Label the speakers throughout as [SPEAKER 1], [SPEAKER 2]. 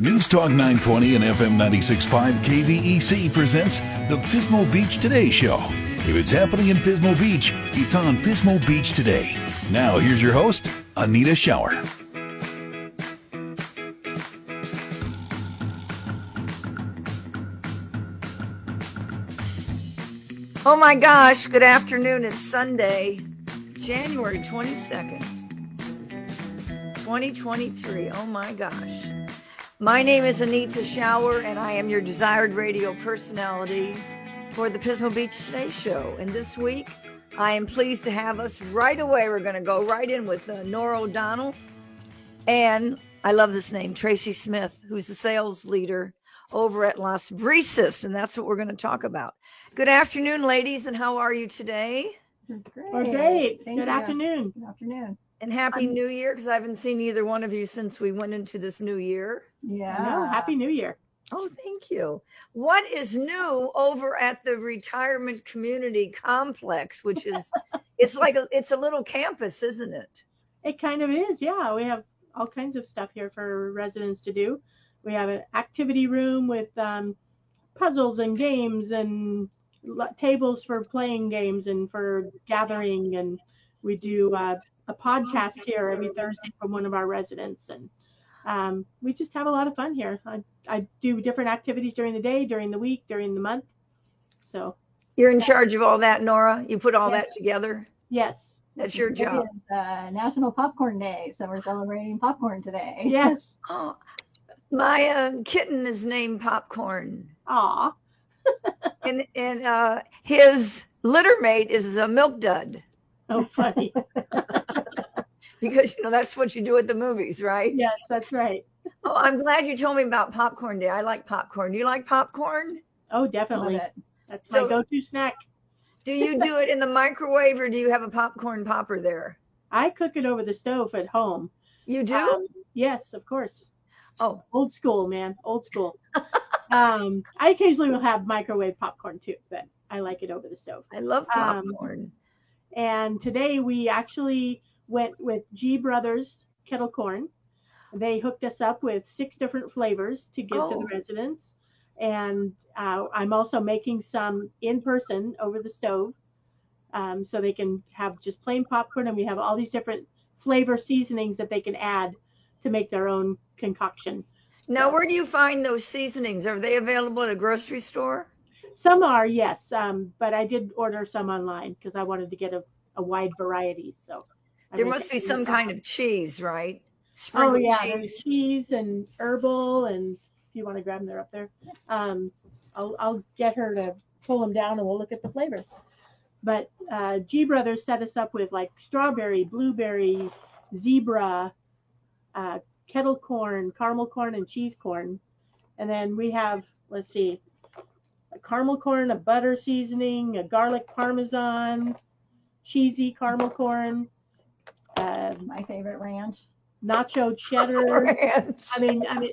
[SPEAKER 1] News Talk 920 and FM 96.5 KVEC E presents the Pismo Beach Today Show. If it's happening in Pismo Beach, it's on Pismo Beach Today. Now, here's your host, Anita Shower.
[SPEAKER 2] Oh my gosh, good afternoon. It's Sunday, January 22nd, 2023. Oh my gosh. My name is Anita Shower, and I am your desired radio personality for the Pismo Beach Today Show. And this week, I am pleased to have us right away. We're going to go right in with uh, Nora O'Donnell and I love this name, Tracy Smith, who's the sales leader over at Las Brisas, and that's what we're going to talk about. Good afternoon, ladies, and how are you today?
[SPEAKER 3] Great.
[SPEAKER 4] Well, great.
[SPEAKER 3] Thank
[SPEAKER 4] Good
[SPEAKER 3] you.
[SPEAKER 4] afternoon.
[SPEAKER 3] Good afternoon.
[SPEAKER 2] And happy New Year, because I haven't seen either one of you since we went into this new year.
[SPEAKER 3] Yeah.
[SPEAKER 4] I know. Happy New Year.
[SPEAKER 2] Oh, thank you. What is new over at the retirement community complex, which is it's like a, it's a little campus, isn't it?
[SPEAKER 4] It kind of is. Yeah. We have all kinds of stuff here for residents to do. We have an activity room with um, puzzles and games and l- tables for playing games and for gathering. And we do uh, a podcast here every Thursday from one of our residents. And um, we just have a lot of fun here. I, I do different activities during the day, during the week, during the month. So,
[SPEAKER 2] You're in charge of all that, Nora. You put all
[SPEAKER 3] Yes.
[SPEAKER 2] that together.
[SPEAKER 4] yes.
[SPEAKER 2] That's your
[SPEAKER 3] Today
[SPEAKER 2] job.
[SPEAKER 3] is, uh, National Popcorn Day, so we're celebrating popcorn today.
[SPEAKER 4] Yes.
[SPEAKER 2] Oh, my uh, kitten is named Popcorn,
[SPEAKER 4] Aw.
[SPEAKER 2] and and uh, his litter mate is a milk dud
[SPEAKER 4] Oh, funny.
[SPEAKER 2] because you know that's what you do at the movies, right?
[SPEAKER 4] yes, that's right.
[SPEAKER 2] Oh, I'm glad you told me about popcorn day. I like popcorn. Do you like popcorn?
[SPEAKER 4] Oh,
[SPEAKER 3] Love
[SPEAKER 4] definitely.
[SPEAKER 3] it.
[SPEAKER 4] That's
[SPEAKER 2] So-
[SPEAKER 4] my go-to snack.
[SPEAKER 2] Do you do it in the microwave or do you have a popcorn popper there?
[SPEAKER 4] I cook it over the stove at home.
[SPEAKER 2] You do?
[SPEAKER 4] Um, yes, of course.
[SPEAKER 2] oh,
[SPEAKER 4] Old school, man. Old school. um, I occasionally will have microwave popcorn too, but I like it over the stove.
[SPEAKER 2] I love
[SPEAKER 4] um,
[SPEAKER 2] popcorn.
[SPEAKER 4] And today we actually went with G Brothers Kettle Corn. They hooked us up with six different flavors to give to
[SPEAKER 2] Oh.
[SPEAKER 4] the residents. And uh, I'm also making some in person over the stove um, so they can have just plain popcorn. And we have all these different flavor seasonings that they can add to make their own concoction.
[SPEAKER 2] now, where do you find those seasonings? Are they available at a grocery store?
[SPEAKER 4] Some are, yes, um, but I did order some online because I wanted to get a, a wide variety. So I
[SPEAKER 2] There
[SPEAKER 4] make
[SPEAKER 2] must
[SPEAKER 4] it
[SPEAKER 2] be
[SPEAKER 4] in the
[SPEAKER 2] some
[SPEAKER 4] popcorn.
[SPEAKER 2] kind of cheese, right?
[SPEAKER 4] Oh
[SPEAKER 2] Sprinkled
[SPEAKER 4] yeah, there's
[SPEAKER 2] cheese.
[SPEAKER 4] cheese and herbal, and if you want to grab them, they're up there. Um, I'll I'll get her to pull them down, and we'll look at the flavors. But uh, G Brothers set us up with like strawberry, blueberry, zebra, uh, kettle corn, caramel corn, and cheese corn, and then we have let's see, a caramel corn, a butter seasoning, a garlic parmesan, cheesy caramel corn, uh,
[SPEAKER 3] My favorite ranch.
[SPEAKER 4] nacho cheddar.
[SPEAKER 2] Ranch.
[SPEAKER 4] I mean, I mean,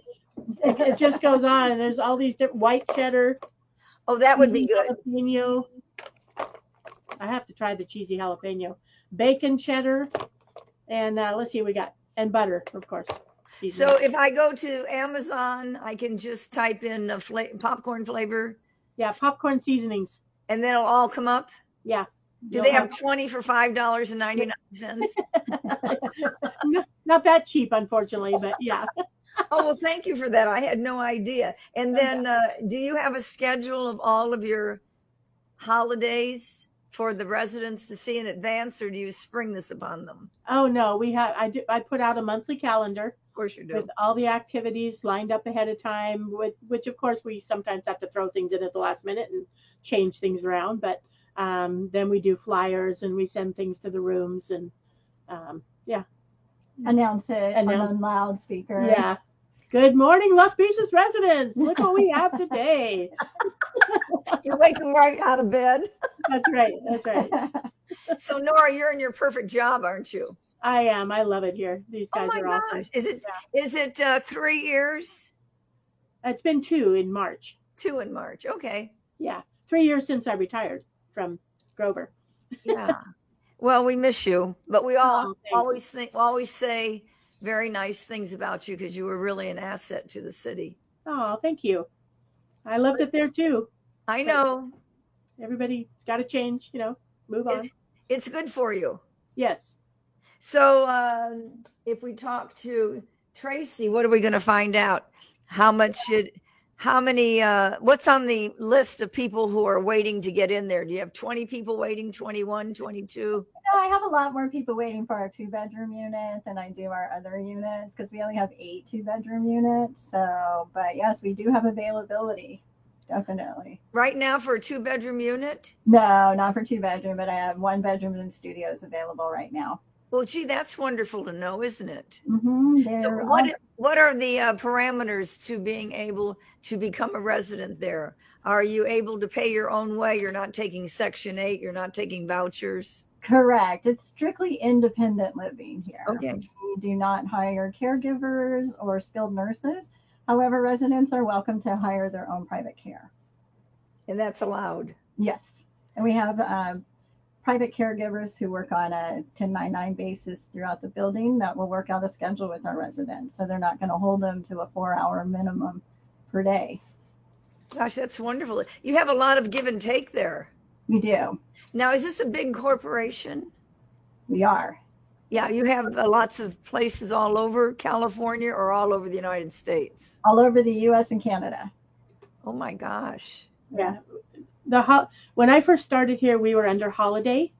[SPEAKER 4] it, it just goes on. And there's all these different white cheddar.
[SPEAKER 2] Oh, that would
[SPEAKER 4] Mm-hmm.
[SPEAKER 2] be good.
[SPEAKER 4] Jalapeno. I have to try the cheesy jalapeno, bacon cheddar, and uh, let's see, what we got and butter, of course. seasoning.
[SPEAKER 2] So, if I go to Amazon, I can just type in a fla- popcorn flavor
[SPEAKER 4] yeah, popcorn seasonings.
[SPEAKER 2] and then it'll all come up.
[SPEAKER 4] Yeah.
[SPEAKER 2] Do
[SPEAKER 4] You'll
[SPEAKER 2] they have 20 for $5.99?
[SPEAKER 4] not that cheap, unfortunately, but yeah.
[SPEAKER 2] Oh, well, thank you for that. I had no idea. And then, uh, do you have a schedule of all of your holidays for the residents to see in advance, or do you spring this upon them?
[SPEAKER 4] Oh no, we have. I do. I put out a monthly calendar.
[SPEAKER 2] Of course, you do.
[SPEAKER 4] with all the activities lined up ahead of time with which of course we sometimes have to throw things in at the last minute and change things around but um, then we do flyers and we send things to the rooms and um, yeah
[SPEAKER 3] Announce it on
[SPEAKER 4] Announce-
[SPEAKER 3] a loudspeaker.
[SPEAKER 4] yeah Good morning, Las Vegas residents. Look what we have today.
[SPEAKER 2] You're waking right out of bed.
[SPEAKER 4] That's right. That's right.
[SPEAKER 2] So Nora, you're in your perfect job, aren't you?
[SPEAKER 4] I am. I love it here. These
[SPEAKER 2] Oh
[SPEAKER 4] guys
[SPEAKER 2] my
[SPEAKER 4] are awesome.
[SPEAKER 2] gosh. Is it is it uh, three years?
[SPEAKER 4] It's been two in March.
[SPEAKER 2] Two in March. Okay.
[SPEAKER 4] Yeah. Three years since I retired from Grover.
[SPEAKER 2] Yeah. well, we miss you, but we all
[SPEAKER 4] Oh, thanks.
[SPEAKER 2] always think always say very nice things about you because you were really an asset to the city.
[SPEAKER 4] Oh, thank you. I loved it there too.
[SPEAKER 2] I know
[SPEAKER 4] Everybody got to change, you know, move on.
[SPEAKER 2] it's it's good for you.
[SPEAKER 4] Yes.
[SPEAKER 2] So um, if we talk to Tracy, what are we going to find out? How much should how many uh what's on the list of people who are waiting to get in there? Do you have 20 people waiting, 21, 22?
[SPEAKER 3] No, I have a lot more people waiting for our two bedroom unit than I do our other units because we only have eight two bedroom units. So, but yes, we do have availability. Definitely.
[SPEAKER 2] Right now for a two bedroom unit?
[SPEAKER 3] No, not for two bedroom, but I have one bedroom and studios available right now.
[SPEAKER 2] Well, gee, that's wonderful to know, isn't it?
[SPEAKER 3] hmm
[SPEAKER 2] So
[SPEAKER 3] They're
[SPEAKER 2] what
[SPEAKER 3] all-
[SPEAKER 2] what are the uh, parameters to being able to become a resident there? Are you able to pay your own way? You're not taking Section Eight. You're not taking vouchers.
[SPEAKER 3] correct. It's strictly independent living here.
[SPEAKER 2] Okay.
[SPEAKER 3] We do not hire caregivers or skilled nurses. However, residents are welcome to hire their own private care.
[SPEAKER 2] And that's allowed.
[SPEAKER 3] Yes. And we have um, private caregivers who work on a 1099 basis throughout the building that will work out a schedule with our residents. So they're not going to hold them to a four hour minimum per day.
[SPEAKER 2] Gosh, that's wonderful. You have a lot of give and take there.
[SPEAKER 3] We do.
[SPEAKER 2] Now, is this a big corporation?
[SPEAKER 3] We are.
[SPEAKER 2] Yeah, you have uh, lots of places all over California or all over the United States.
[SPEAKER 3] All over the US and Canada.
[SPEAKER 2] Oh my gosh.
[SPEAKER 4] Yeah. The ho- when I first started here, we were under holiday.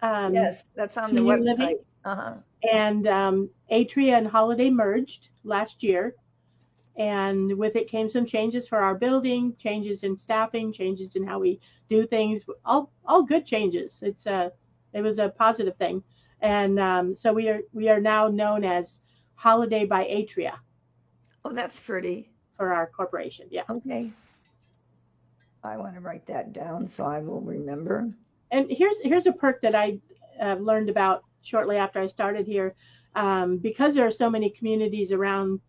[SPEAKER 4] Um,
[SPEAKER 2] Yes, that's on the
[SPEAKER 4] senior living.
[SPEAKER 2] website. Uh huh.
[SPEAKER 4] and um, Atria and Holiday merged last year. And with it came some changes for our building, changes in staffing, changes in how we do things, all all good changes. It's a it was a positive thing, and um, so we are we are now known as Holiday by Atria
[SPEAKER 2] Oh, that's pretty.
[SPEAKER 4] for our corporation. Yeah,
[SPEAKER 2] Okay. I want to write that down so I will remember.
[SPEAKER 4] and here's here's a perk that I uh, learned about shortly after I started here, um, because there are so many communities around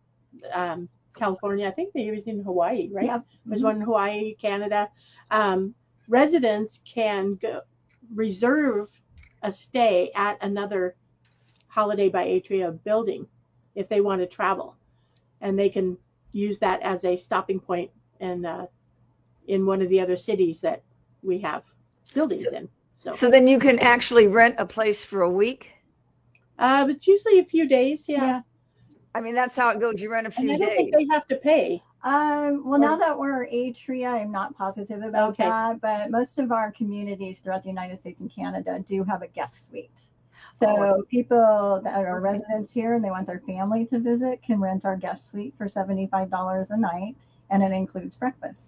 [SPEAKER 4] um, California. I think they was in Hawaii, right?
[SPEAKER 3] Yep.
[SPEAKER 4] There's one in Hawaii, Canada. Um, residents can go reserve a stay at another Holiday by Atria building if they want to travel, and they can use that as a stopping point and uh, in one of the other cities that we have buildings in. So,
[SPEAKER 2] So then you can actually rent a place for a week.
[SPEAKER 4] uh, it's usually a few days. Yeah,
[SPEAKER 2] I mean, that's how it goes. You rent a
[SPEAKER 4] and
[SPEAKER 2] few
[SPEAKER 4] I don't
[SPEAKER 2] days.
[SPEAKER 4] think they have to pay.
[SPEAKER 3] Um, well, now that we're Atria, I'm not positive about
[SPEAKER 4] Okay.
[SPEAKER 3] that, but most of our communities throughout the United States and Canada do have a guest suite. So
[SPEAKER 2] Oh.
[SPEAKER 3] people that are residents here and they want their family to visit can rent our guest suite for $75 a night, and it includes breakfast.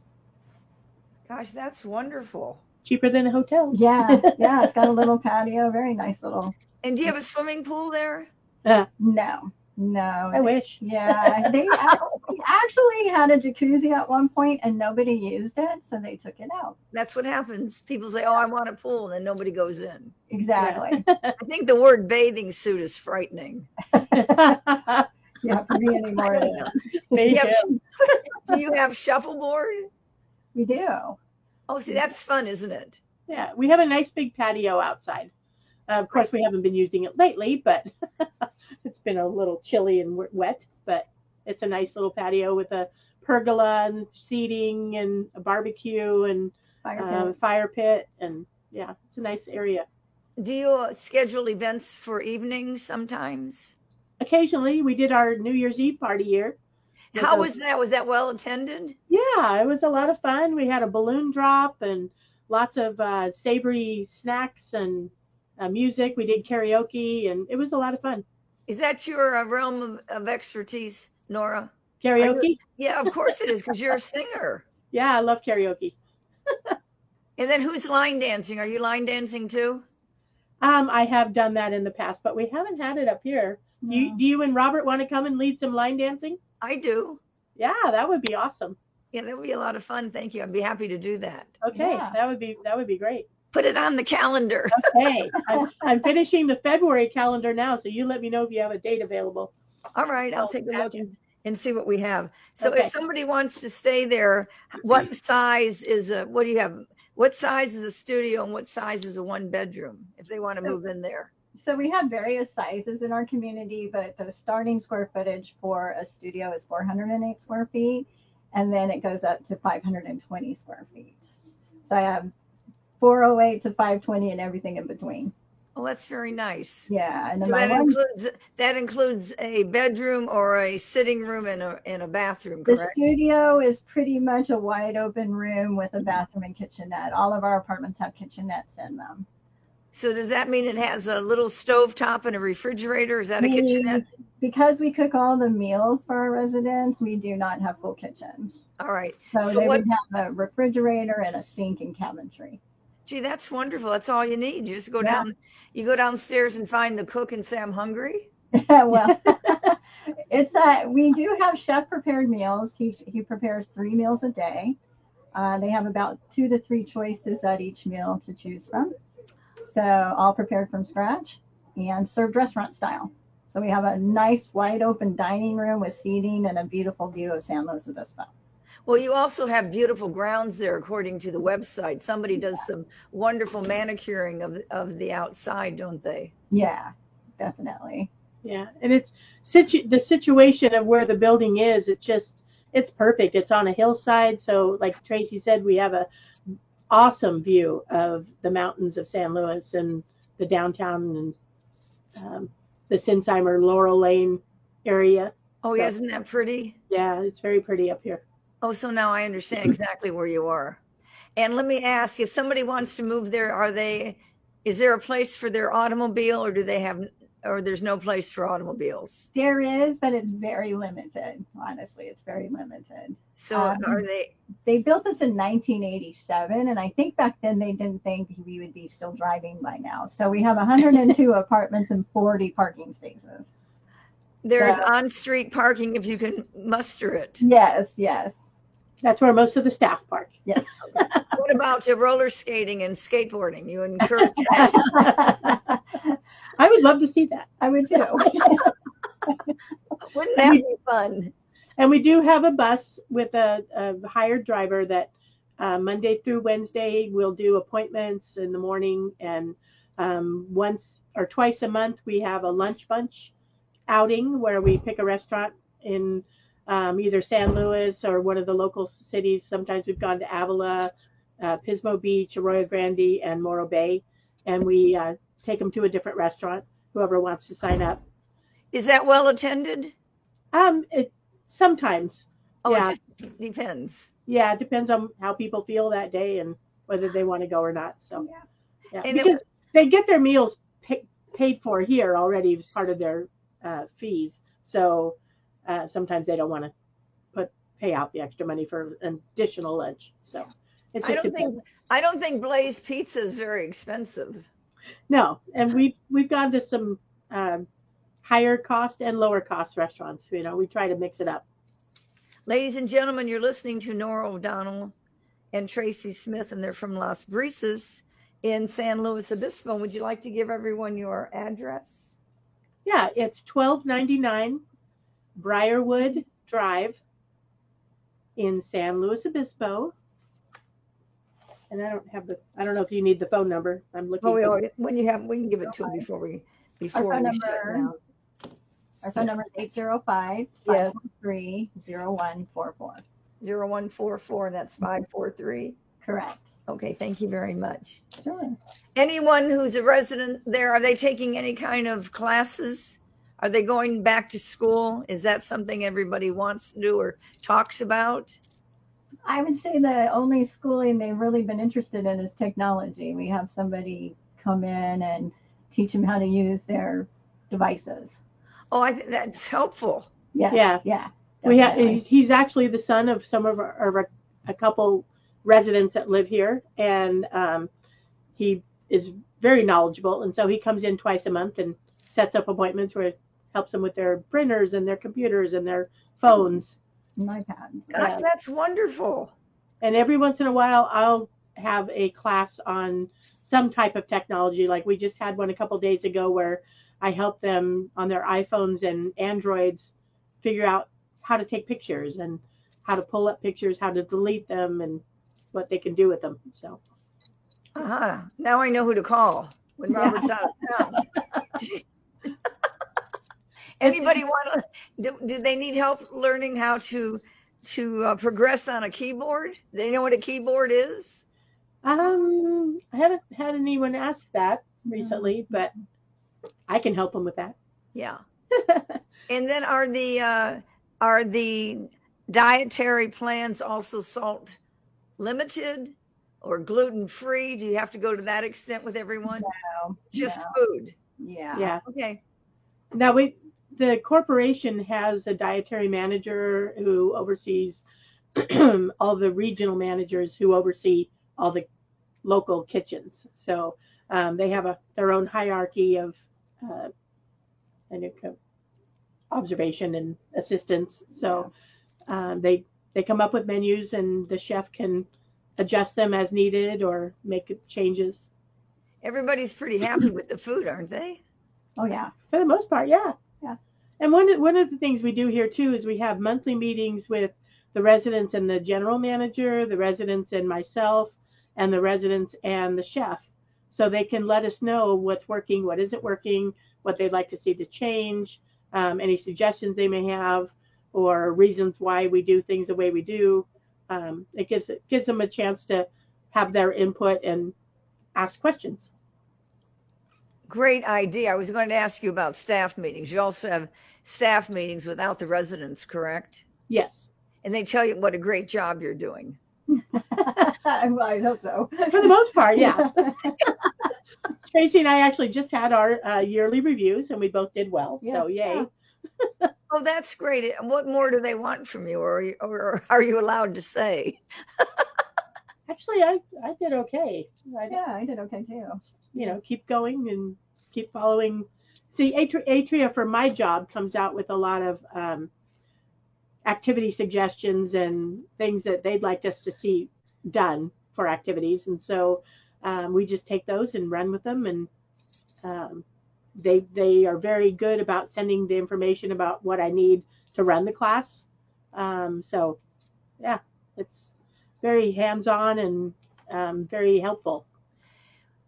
[SPEAKER 2] Gosh, that's wonderful.
[SPEAKER 4] Cheaper than a hotel.
[SPEAKER 3] Yeah, yeah, it's got a little patio, very nice little.
[SPEAKER 2] And do you have a swimming pool there?
[SPEAKER 3] No, no.
[SPEAKER 4] I wish.
[SPEAKER 3] Yeah, they ac- actually had a jacuzzi at one point and nobody used it, so they took it out.
[SPEAKER 2] That's what happens. People say, "Oh, I want a pool," and then nobody goes in.
[SPEAKER 3] Exactly.
[SPEAKER 2] I think the word bathing suit is frightening.
[SPEAKER 3] Yeah, for me anymore. it is.
[SPEAKER 4] Me
[SPEAKER 2] Yep.
[SPEAKER 4] too.
[SPEAKER 2] Do you have shuffleboard?
[SPEAKER 3] We do.
[SPEAKER 2] Oh, see, that's fun, isn't it?
[SPEAKER 4] Yeah, we have a nice big patio outside. Uh, of course, we haven't been using it lately, but it's been a little chilly and w- wet. But it's a nice little patio with a pergola and seating and a barbecue and
[SPEAKER 3] Fire pit.
[SPEAKER 2] Um,
[SPEAKER 4] uh, fire pit and yeah, it's a nice area.
[SPEAKER 2] Do you uh, schedule events for evenings sometimes?
[SPEAKER 4] Occasionally, we did our New Year's Eve party here. with
[SPEAKER 2] How
[SPEAKER 4] a-
[SPEAKER 2] was that? Was that well attended?
[SPEAKER 4] Yeah, it was a lot of fun. We had a balloon drop and lots of uh, savory snacks and uh, music. We did karaoke, and it was a lot of fun.
[SPEAKER 2] Is that your uh, realm of, of expertise, Nora?
[SPEAKER 4] Karaoke?
[SPEAKER 2] Yeah, of course it is, because you're a singer.
[SPEAKER 4] Yeah, I love karaoke.
[SPEAKER 2] And then who's line dancing? Are you line dancing too?
[SPEAKER 4] Um, I have done that in the past, but we haven't had it up here. Do, you,
[SPEAKER 3] No.
[SPEAKER 4] do you and Robert want to come and lead some line dancing?
[SPEAKER 2] I do.
[SPEAKER 4] Yeah, that would be awesome.
[SPEAKER 2] Yeah, that would be a lot of fun. Thank you. I'd be happy to do that.
[SPEAKER 4] Okay,
[SPEAKER 3] Yeah.
[SPEAKER 4] that would be that would be great.
[SPEAKER 2] Put it on the calendar.
[SPEAKER 4] Okay, I'm, I'm finishing the February calendar now, so you let me know if you have a date available.
[SPEAKER 2] All right, I'll take a look
[SPEAKER 4] Gotcha.
[SPEAKER 2] and, and see what we have. So
[SPEAKER 4] Okay. Mm-hmm.
[SPEAKER 2] if somebody wants to stay there, what size is a what do you have? What size is a studio and what size is a one bedroom if they want to
[SPEAKER 3] So-
[SPEAKER 2] move in there?
[SPEAKER 3] So we have various sizes in our community, but the starting square footage for a studio is 408 square feet, and then it goes up to 520 square feet. So I have 408 to 520 and everything in between.
[SPEAKER 2] Well, that's very nice.
[SPEAKER 3] Yeah, and then
[SPEAKER 2] So
[SPEAKER 3] my
[SPEAKER 2] that
[SPEAKER 3] one,
[SPEAKER 2] includes that includes a bedroom or a sitting room and a and a bathroom,
[SPEAKER 3] the
[SPEAKER 2] correct?
[SPEAKER 3] studio is pretty much a wide open room with a bathroom and kitchenette. All of our apartments have kitchenettes in them.
[SPEAKER 2] So does that mean it has a little stove top and a refrigerator? Is that a
[SPEAKER 3] We-
[SPEAKER 2] kitchenette?
[SPEAKER 3] Because we cook all the meals for our residents, we do not have full kitchens.
[SPEAKER 2] All right.
[SPEAKER 3] So,
[SPEAKER 2] So
[SPEAKER 3] they
[SPEAKER 2] what-
[SPEAKER 3] would have a refrigerator and a sink and cabinetry.
[SPEAKER 2] Gee, that's wonderful. That's all you need. You just go
[SPEAKER 3] Yeah.
[SPEAKER 2] down you go downstairs and find the cook and say I'm hungry.
[SPEAKER 3] well, it's uh, we do have chef prepared meals. He he prepares three meals a day. Uh, they have about two to three choices at each meal to choose from. So all prepared from scratch and served restaurant style. So we have a nice wide open dining room with seating and a beautiful view of San Luis Obispo.
[SPEAKER 2] Well, you also have beautiful grounds there, according to the website. Somebody does some wonderful manicuring of, of the outside, don't they?
[SPEAKER 3] Yeah, definitely.
[SPEAKER 4] Yeah, and it's situ- the situation of where the building is. It's just it's perfect. It's on a hillside, so like Tracy said, we have a awesome view of the mountains of San Luis and the downtown and um, the Sinsheimer Laurel Lane area.
[SPEAKER 2] Oh, yeah,
[SPEAKER 4] So-
[SPEAKER 2] isn't that pretty?
[SPEAKER 4] Yeah, it's very pretty up here.
[SPEAKER 2] Oh, so now I understand exactly where you are. And let me ask if somebody wants to move there, are they, is there a place for their automobile or do they have, or there's no place for automobiles?
[SPEAKER 3] There is, but it's very limited. Honestly, it's very limited.
[SPEAKER 2] So
[SPEAKER 4] Uh,
[SPEAKER 3] Um,
[SPEAKER 2] are they,
[SPEAKER 3] they built this in 1987 and i think back then they didn't think we would be still driving by now so we have 102 apartments and 40 parking spaces
[SPEAKER 2] there's
[SPEAKER 3] yeah.
[SPEAKER 2] on street parking if you can muster it.
[SPEAKER 3] yes yes
[SPEAKER 4] That's where most of the staff park.
[SPEAKER 2] What about uh, roller skating and skateboarding? You encourage that?
[SPEAKER 3] i
[SPEAKER 4] I would love to see that.
[SPEAKER 3] would too
[SPEAKER 2] Wouldn't that be fun?
[SPEAKER 4] And we do have a bus with a, a hired driver that uh, Monday through Wednesday will do appointments in the morning. And um, once or twice a month, we have a lunch bunch outing where we pick a restaurant in um, either San Luis or one of the local cities. Sometimes we've gone to Avila, uh, Pismo Beach, Arroyo Grande, and Morro Bay. And we uh, take them to a different restaurant, whoever wants to sign up.
[SPEAKER 2] Is that well attended?
[SPEAKER 4] Um, it, sometimes.
[SPEAKER 2] Oh,
[SPEAKER 4] Yeah.
[SPEAKER 2] it just depends.
[SPEAKER 4] yeah it depends on how people feel that day and whether they want to go or not so
[SPEAKER 3] Yeah.
[SPEAKER 4] yeah.
[SPEAKER 2] And it-
[SPEAKER 4] because they get their meals pay, paid for here already as part of their uh, fees so uh, sometimes they don't want to put pay out the extra money for an additional lunch so it's
[SPEAKER 2] I
[SPEAKER 4] just
[SPEAKER 2] don't
[SPEAKER 4] depends.
[SPEAKER 2] think I don't think Blaze Pizza is very expensive.
[SPEAKER 4] no and we've we've gone to some um, higher cost and lower cost restaurants you know we try to mix it up
[SPEAKER 2] Ladies and gentlemen, you're listening to Nora O'Donnell and Tracy Smith, and they're from Las Brisas in San Luis Obispo. Would you like to give everyone your address?
[SPEAKER 4] Yeah, it's twelve ninety nine Briarwood Drive in San Luis Obispo. And I don't have the I don't know if you need the phone number. I'm looking
[SPEAKER 2] Well, Oh, we
[SPEAKER 4] for-
[SPEAKER 2] already, when you have, we can give it to them
[SPEAKER 3] Okay.
[SPEAKER 2] before we before
[SPEAKER 3] phone
[SPEAKER 2] we shut
[SPEAKER 3] number-
[SPEAKER 2] down.
[SPEAKER 3] our phone number is 805 543 0144
[SPEAKER 2] Zero one four four, and that's five four three.
[SPEAKER 3] correct
[SPEAKER 2] Okay, thank you very much.
[SPEAKER 3] sure
[SPEAKER 2] anyone who's a resident there, are they taking any kind of classes? Are they going back to school? Is that something everybody wants to do or talks about?
[SPEAKER 3] I would say the only schooling they've really been interested in is technology. We have somebody come in and teach them how to use their devices.
[SPEAKER 2] Oh, I think that's helpful.
[SPEAKER 3] Yes,
[SPEAKER 4] Yeah.
[SPEAKER 3] yeah. Yeah.
[SPEAKER 4] we eh, have
[SPEAKER 3] definitely.
[SPEAKER 4] he's, he's actually the son of some of our, of our- a couple residents that live here and um, he is very knowledgeable and so he comes in twice a month and sets up appointments where it helps them with their printers and their computers and their phones.
[SPEAKER 3] and iPads.
[SPEAKER 2] Gosh,
[SPEAKER 4] Yeah.
[SPEAKER 2] that's wonderful.
[SPEAKER 4] And every once in a while, I'll have a class on some type of technology. Like we just had one a couple days ago where I helped them on their iPhones and Androids figure out how to take pictures and how to pull up pictures, how to delete them, and what they can do with them. So
[SPEAKER 2] Uh-huh. Now I know who to call when
[SPEAKER 3] Yeah.
[SPEAKER 2] Robert's out of town. Anybody want to? Do, do they need help learning how to to uh, progress on a keyboard? They know what a keyboard is.
[SPEAKER 4] um, I haven't had anyone ask that recently, but I can help them with that.
[SPEAKER 2] Yeah. and then are the uh, are the dietary plans also salt limited or gluten free? Do you have to go to that extent with everyone?
[SPEAKER 3] So,
[SPEAKER 2] It's just
[SPEAKER 3] no.
[SPEAKER 2] food.
[SPEAKER 3] yeah.
[SPEAKER 4] yeah.
[SPEAKER 2] Okay.
[SPEAKER 4] Now we the corporation has a dietary manager who oversees all the regional managers who oversee all the local kitchens. So um, they have a their own hierarchy of uh, and it co- observation and assistance. So um, they they come up with menus and the chef can adjust them as needed or make changes.
[SPEAKER 2] Everybody's pretty happy with the food, aren't they?
[SPEAKER 3] Oh yeah.
[SPEAKER 4] For the most part, yeah.
[SPEAKER 3] Yeah.
[SPEAKER 4] And one of, one of the things we do here too is we have monthly meetings with the residents and the general manager, the residents and myself, and the residents and the chef, so they can let us know what's working, what isn't working, what they'd like to see to change, um, any suggestions they may have, or reasons why we do things the way we do. Um, it gives it gives them a chance to have their input and ask questions.
[SPEAKER 2] Great idea. I was going to ask you about staff meetings. You also have staff meetings without the residents, correct?
[SPEAKER 4] Yes.
[SPEAKER 2] And they tell you what a great job you're doing.
[SPEAKER 3] Well, I hope so.
[SPEAKER 4] For the most part, yeah. Tracy and I actually just had our uh, yearly reviews, and we both did well. so yay!
[SPEAKER 3] Yeah.
[SPEAKER 2] Oh, that's great. And What more do they want from you, or, or are you allowed to say?
[SPEAKER 4] Actually, I I did okay. I,
[SPEAKER 3] Yeah, I did okay too.
[SPEAKER 4] You know, keep going and keep following. See, Atri- Atria for my job comes out with a lot of um, activity suggestions and things that they'd like us to see done for activities, and so um, we just take those and run with them and um, they they are very good about sending the information about what I need to run the class. Um, so, yeah, it's very hands on and um, very helpful.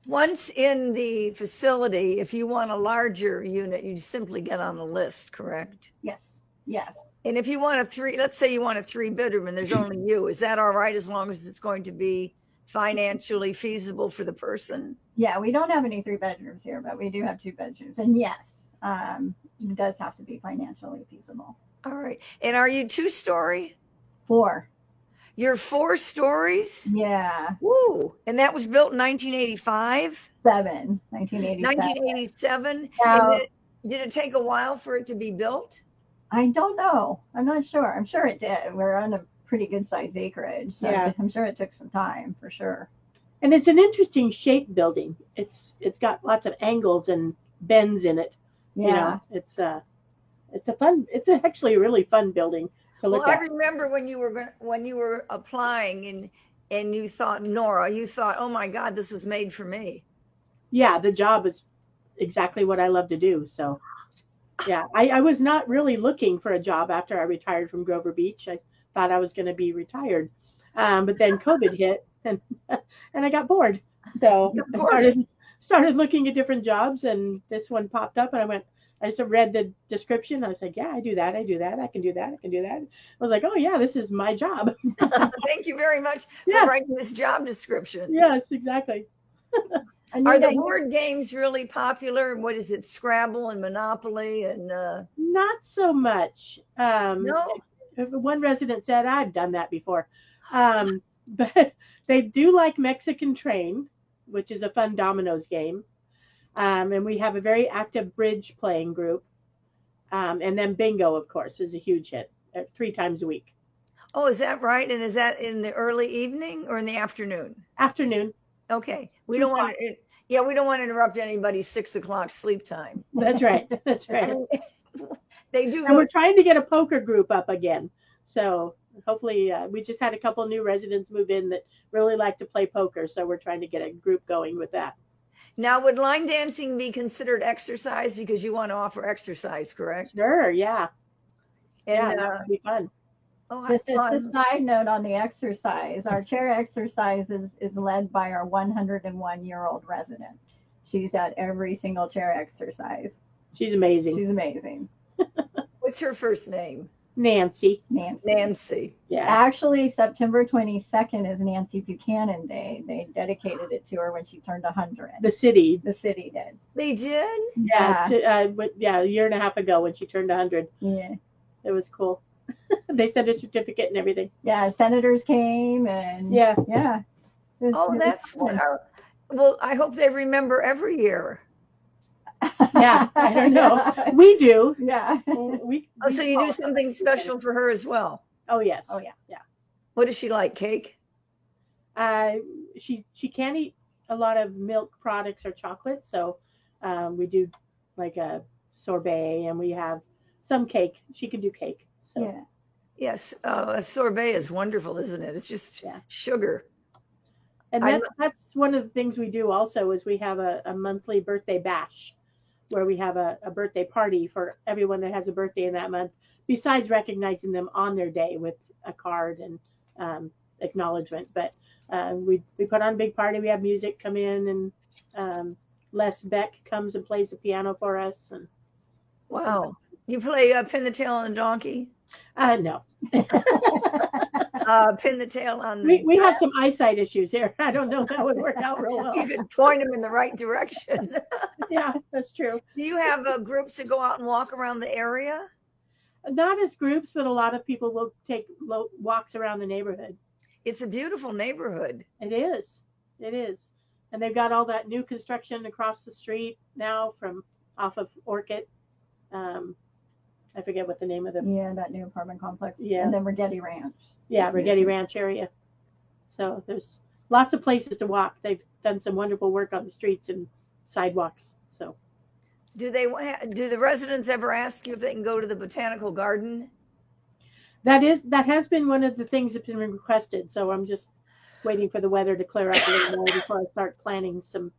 [SPEAKER 2] Once in the facility, if you want a larger unit, you simply get on the list, correct?
[SPEAKER 3] Yes. Yes.
[SPEAKER 2] And if you want a three, let's say you want a three bedroom and there's only you, is that all right as long as it's going to be financially feasible for the person?
[SPEAKER 3] Yeah, we don't have any three bedrooms here, but we do have two bedrooms. And yes, um, it does have to be financially feasible.
[SPEAKER 2] All right. And are you two story?
[SPEAKER 3] Four.
[SPEAKER 2] You're four stories?
[SPEAKER 4] Mm-hmm.
[SPEAKER 3] Yeah.
[SPEAKER 2] Woo! And that was built in 1985,
[SPEAKER 3] Seven. 1987.
[SPEAKER 2] 1987.
[SPEAKER 4] Wow.
[SPEAKER 2] And it- did it take a while for it to be built?
[SPEAKER 3] I don't know. I'm not sure. I'm sure it did. We're on a pretty good sized acreage. So
[SPEAKER 4] Yeah.
[SPEAKER 3] I'm sure it took some time for sure.
[SPEAKER 4] And it's an interesting shape building. It's it's got lots of angles and bends in it.
[SPEAKER 3] Yeah.
[SPEAKER 4] You know, it's a it's a fun. It's actually a really fun building to
[SPEAKER 2] Well,
[SPEAKER 4] look
[SPEAKER 2] I
[SPEAKER 4] at.
[SPEAKER 2] remember when you were gon- when you were applying and and you thought Nora, you thought, oh my God, this was made for me.
[SPEAKER 4] yeah, the job is exactly what I love to do. So, yeah, I, I was not really looking for a job after I retired from Grover Beach. I thought I was going to be retired, um, but then COVID hit, and and I got bored. So
[SPEAKER 2] Of
[SPEAKER 4] I
[SPEAKER 2] course.
[SPEAKER 4] started started looking at different jobs, and this one popped up, and I went. I just read the description. I was like, yeah, I do that. I do that. I can do that. I can do that. I was like, oh yeah, this is my job.
[SPEAKER 2] Thank you very much
[SPEAKER 4] Yes.
[SPEAKER 2] for writing this job description.
[SPEAKER 4] yes, exactly.
[SPEAKER 3] And
[SPEAKER 2] Are
[SPEAKER 3] you
[SPEAKER 2] the
[SPEAKER 3] know,
[SPEAKER 2] word games really popular? What is it? Scrabble and Monopoly and uh,
[SPEAKER 4] Not so much. Um,
[SPEAKER 2] no.
[SPEAKER 4] one resident said i've done that before um, but they do like mexican train which is a fun dominoes game um, and we have a very active bridge playing group um, and then bingo of course is a huge hit uh, three times a week
[SPEAKER 2] Oh, is that right? And is that in the early evening or in the afternoon?
[SPEAKER 4] afternoon
[SPEAKER 2] Okay, we don't want to. Yeah, we don't want to interrupt anybody's six o'clock sleep time.
[SPEAKER 4] that's right that's
[SPEAKER 2] I
[SPEAKER 4] right
[SPEAKER 2] mean, They do.
[SPEAKER 4] and we're
[SPEAKER 2] Look,
[SPEAKER 4] trying to get a poker group up again. So hopefully, uh, we just had a couple new residents move in that really like to play poker. So we're trying to get a group going with that.
[SPEAKER 2] now, would line dancing be considered exercise because you want to offer exercise, correct?
[SPEAKER 4] Sure, yeah, yeah,
[SPEAKER 2] And,
[SPEAKER 4] that
[SPEAKER 2] uh,
[SPEAKER 4] would be fun.
[SPEAKER 2] oh, I-
[SPEAKER 3] Just
[SPEAKER 2] um,
[SPEAKER 3] as a side note on the exercise, our chair exercise is, is led by our 101 year old resident. She's at every single chair exercise.
[SPEAKER 4] She's amazing,
[SPEAKER 3] She's amazing.
[SPEAKER 2] what's her first name?
[SPEAKER 4] Nancy.
[SPEAKER 3] Nancy.
[SPEAKER 2] Nancy.
[SPEAKER 4] Yeah,
[SPEAKER 3] Actually, September 22nd is Nancy Buchanan Day. They dedicated it to her when she turned 100.
[SPEAKER 4] the city.
[SPEAKER 3] The city did.
[SPEAKER 2] They did.
[SPEAKER 4] Yeah, t- uh, but yeah, a year and a half ago when she turned 100,
[SPEAKER 3] Yeah.
[SPEAKER 4] it was cool. they sent a certificate and everything.
[SPEAKER 3] Yeah. Senators came and
[SPEAKER 4] Yeah,
[SPEAKER 3] Yeah. It was- it
[SPEAKER 2] Oh,
[SPEAKER 3] was
[SPEAKER 2] that's what.
[SPEAKER 3] fun.
[SPEAKER 2] I- Well, I hope they remember every year.
[SPEAKER 4] yeah, I don't know. We do.
[SPEAKER 3] yeah.
[SPEAKER 4] We,
[SPEAKER 2] Oh, so
[SPEAKER 4] we
[SPEAKER 2] you do
[SPEAKER 4] qualify.
[SPEAKER 2] something special for her as well.
[SPEAKER 4] Oh yes.
[SPEAKER 3] Oh, yeah.
[SPEAKER 2] What does she like? Cake?
[SPEAKER 4] uh, she she can't eat a lot of milk products or chocolate, so um, we do like a sorbet, and we have some cake. She can do cake, so
[SPEAKER 3] Yeah.
[SPEAKER 2] Yes, uh, a sorbet is wonderful, isn't it? It's just
[SPEAKER 4] Yeah.
[SPEAKER 2] sugar.
[SPEAKER 4] and
[SPEAKER 2] I
[SPEAKER 4] that, that's one of the things we do also is we have a, a monthly birthday bash, where we have a, a birthday party for everyone that has a birthday in that month. Besides recognizing them on their day with a card and um, acknowledgement, but uh, we we put on a big party. We have music come in, and um, Les Beck comes and plays the piano for us, and
[SPEAKER 2] Wow. You play uh, pin the tail on the donkey?
[SPEAKER 4] Uh, no,
[SPEAKER 2] Uh, pin the tail on the.
[SPEAKER 4] we, we have some eyesight issues here. I don't know if that would work out real well.
[SPEAKER 2] you could point them in the right direction.
[SPEAKER 4] Yeah, that's true.
[SPEAKER 2] do you have uh, groups that go out and walk around the area?
[SPEAKER 4] Not as groups, but a lot of people will take lo- walks around the neighborhood.
[SPEAKER 2] It's a beautiful neighborhood.
[SPEAKER 4] It is, it is, and they've got all that new construction across the street now from off of Orchid. Um, I forget what the name of the
[SPEAKER 3] Yeah, that new apartment complex.
[SPEAKER 4] Yeah.
[SPEAKER 3] And then Rigetti Ranch.
[SPEAKER 4] yeah
[SPEAKER 3] Excuse
[SPEAKER 4] Rigetti
[SPEAKER 3] me.
[SPEAKER 4] Ranch area. So there's lots of places to walk. They've done some wonderful work on the streets and sidewalks. So
[SPEAKER 2] Do they wa- do the residents ever ask you if they can go to the botanical garden?
[SPEAKER 4] That is that has been one of the things that's been requested. So I'm just waiting for the weather to clear up a little more before I start planning some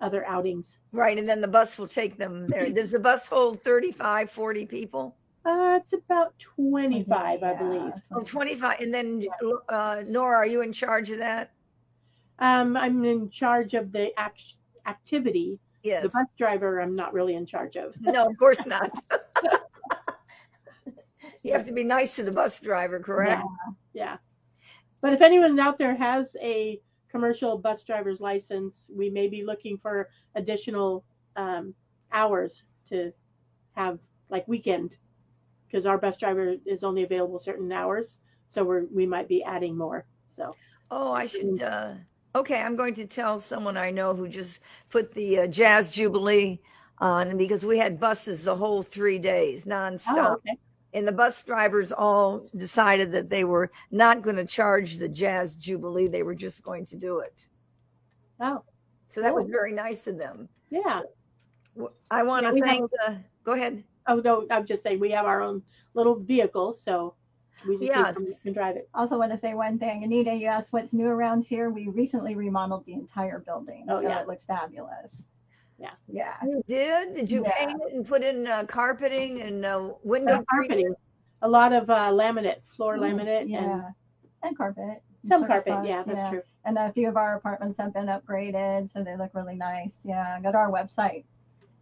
[SPEAKER 4] other outings.
[SPEAKER 2] Right, and then the bus will take them there. Does the bus hold 35, 40 people?
[SPEAKER 4] Uh, it's about 25, I
[SPEAKER 3] Yeah.
[SPEAKER 4] believe.
[SPEAKER 2] Oh, 25. And then uh, Nora, are you in charge of that?
[SPEAKER 4] Um, I'm in charge of the act- activity.
[SPEAKER 2] Yes.
[SPEAKER 4] The bus driver, I'm not really in charge of.
[SPEAKER 2] No, of course not. you have to be nice to the bus driver, correct?
[SPEAKER 4] Yeah. But if anyone out there has a commercial bus driver's license, we may be looking for additional um, hours to have like weekend because our bus driver is only available certain hours. So we're, we might be adding more. So
[SPEAKER 2] Oh, I should. Uh,
[SPEAKER 4] Mm.
[SPEAKER 2] okay, I'm going to tell someone I know who just put the uh, Jazz Jubilee on because we had buses the whole three days nonstop.
[SPEAKER 4] oh, okay.
[SPEAKER 2] And the bus drivers all decided that they were not going to charge the Jazz Jubilee, they were just going to do it.
[SPEAKER 4] Oh,
[SPEAKER 2] So that was very nice of them.
[SPEAKER 4] yeah.
[SPEAKER 2] W- I want
[SPEAKER 4] Yeah,
[SPEAKER 2] to
[SPEAKER 4] we have
[SPEAKER 2] thank the. Go ahead.
[SPEAKER 4] Oh, no, I'm just saying we have our own little vehicle. So we just need someone
[SPEAKER 2] Yes.
[SPEAKER 4] who can drive it.
[SPEAKER 3] Also want to say one thing. Anita, you asked what's new around here. We recently remodeled the entire building.
[SPEAKER 4] Oh,
[SPEAKER 3] so
[SPEAKER 4] yeah.
[SPEAKER 3] it looks fabulous.
[SPEAKER 4] Yeah.
[SPEAKER 3] Yeah.
[SPEAKER 2] You did? Did you
[SPEAKER 3] Yeah.
[SPEAKER 2] paint it and put in uh, carpeting and uh, window
[SPEAKER 4] Uh, carpeting, a lot of uh, laminate, floor laminate, and
[SPEAKER 3] Yeah. And carpet.
[SPEAKER 4] some
[SPEAKER 3] Surface
[SPEAKER 4] carpet.
[SPEAKER 3] spots,
[SPEAKER 4] yeah, that's true.
[SPEAKER 3] And a few of our apartments have been upgraded, so they look really nice. Yeah. Go to our website.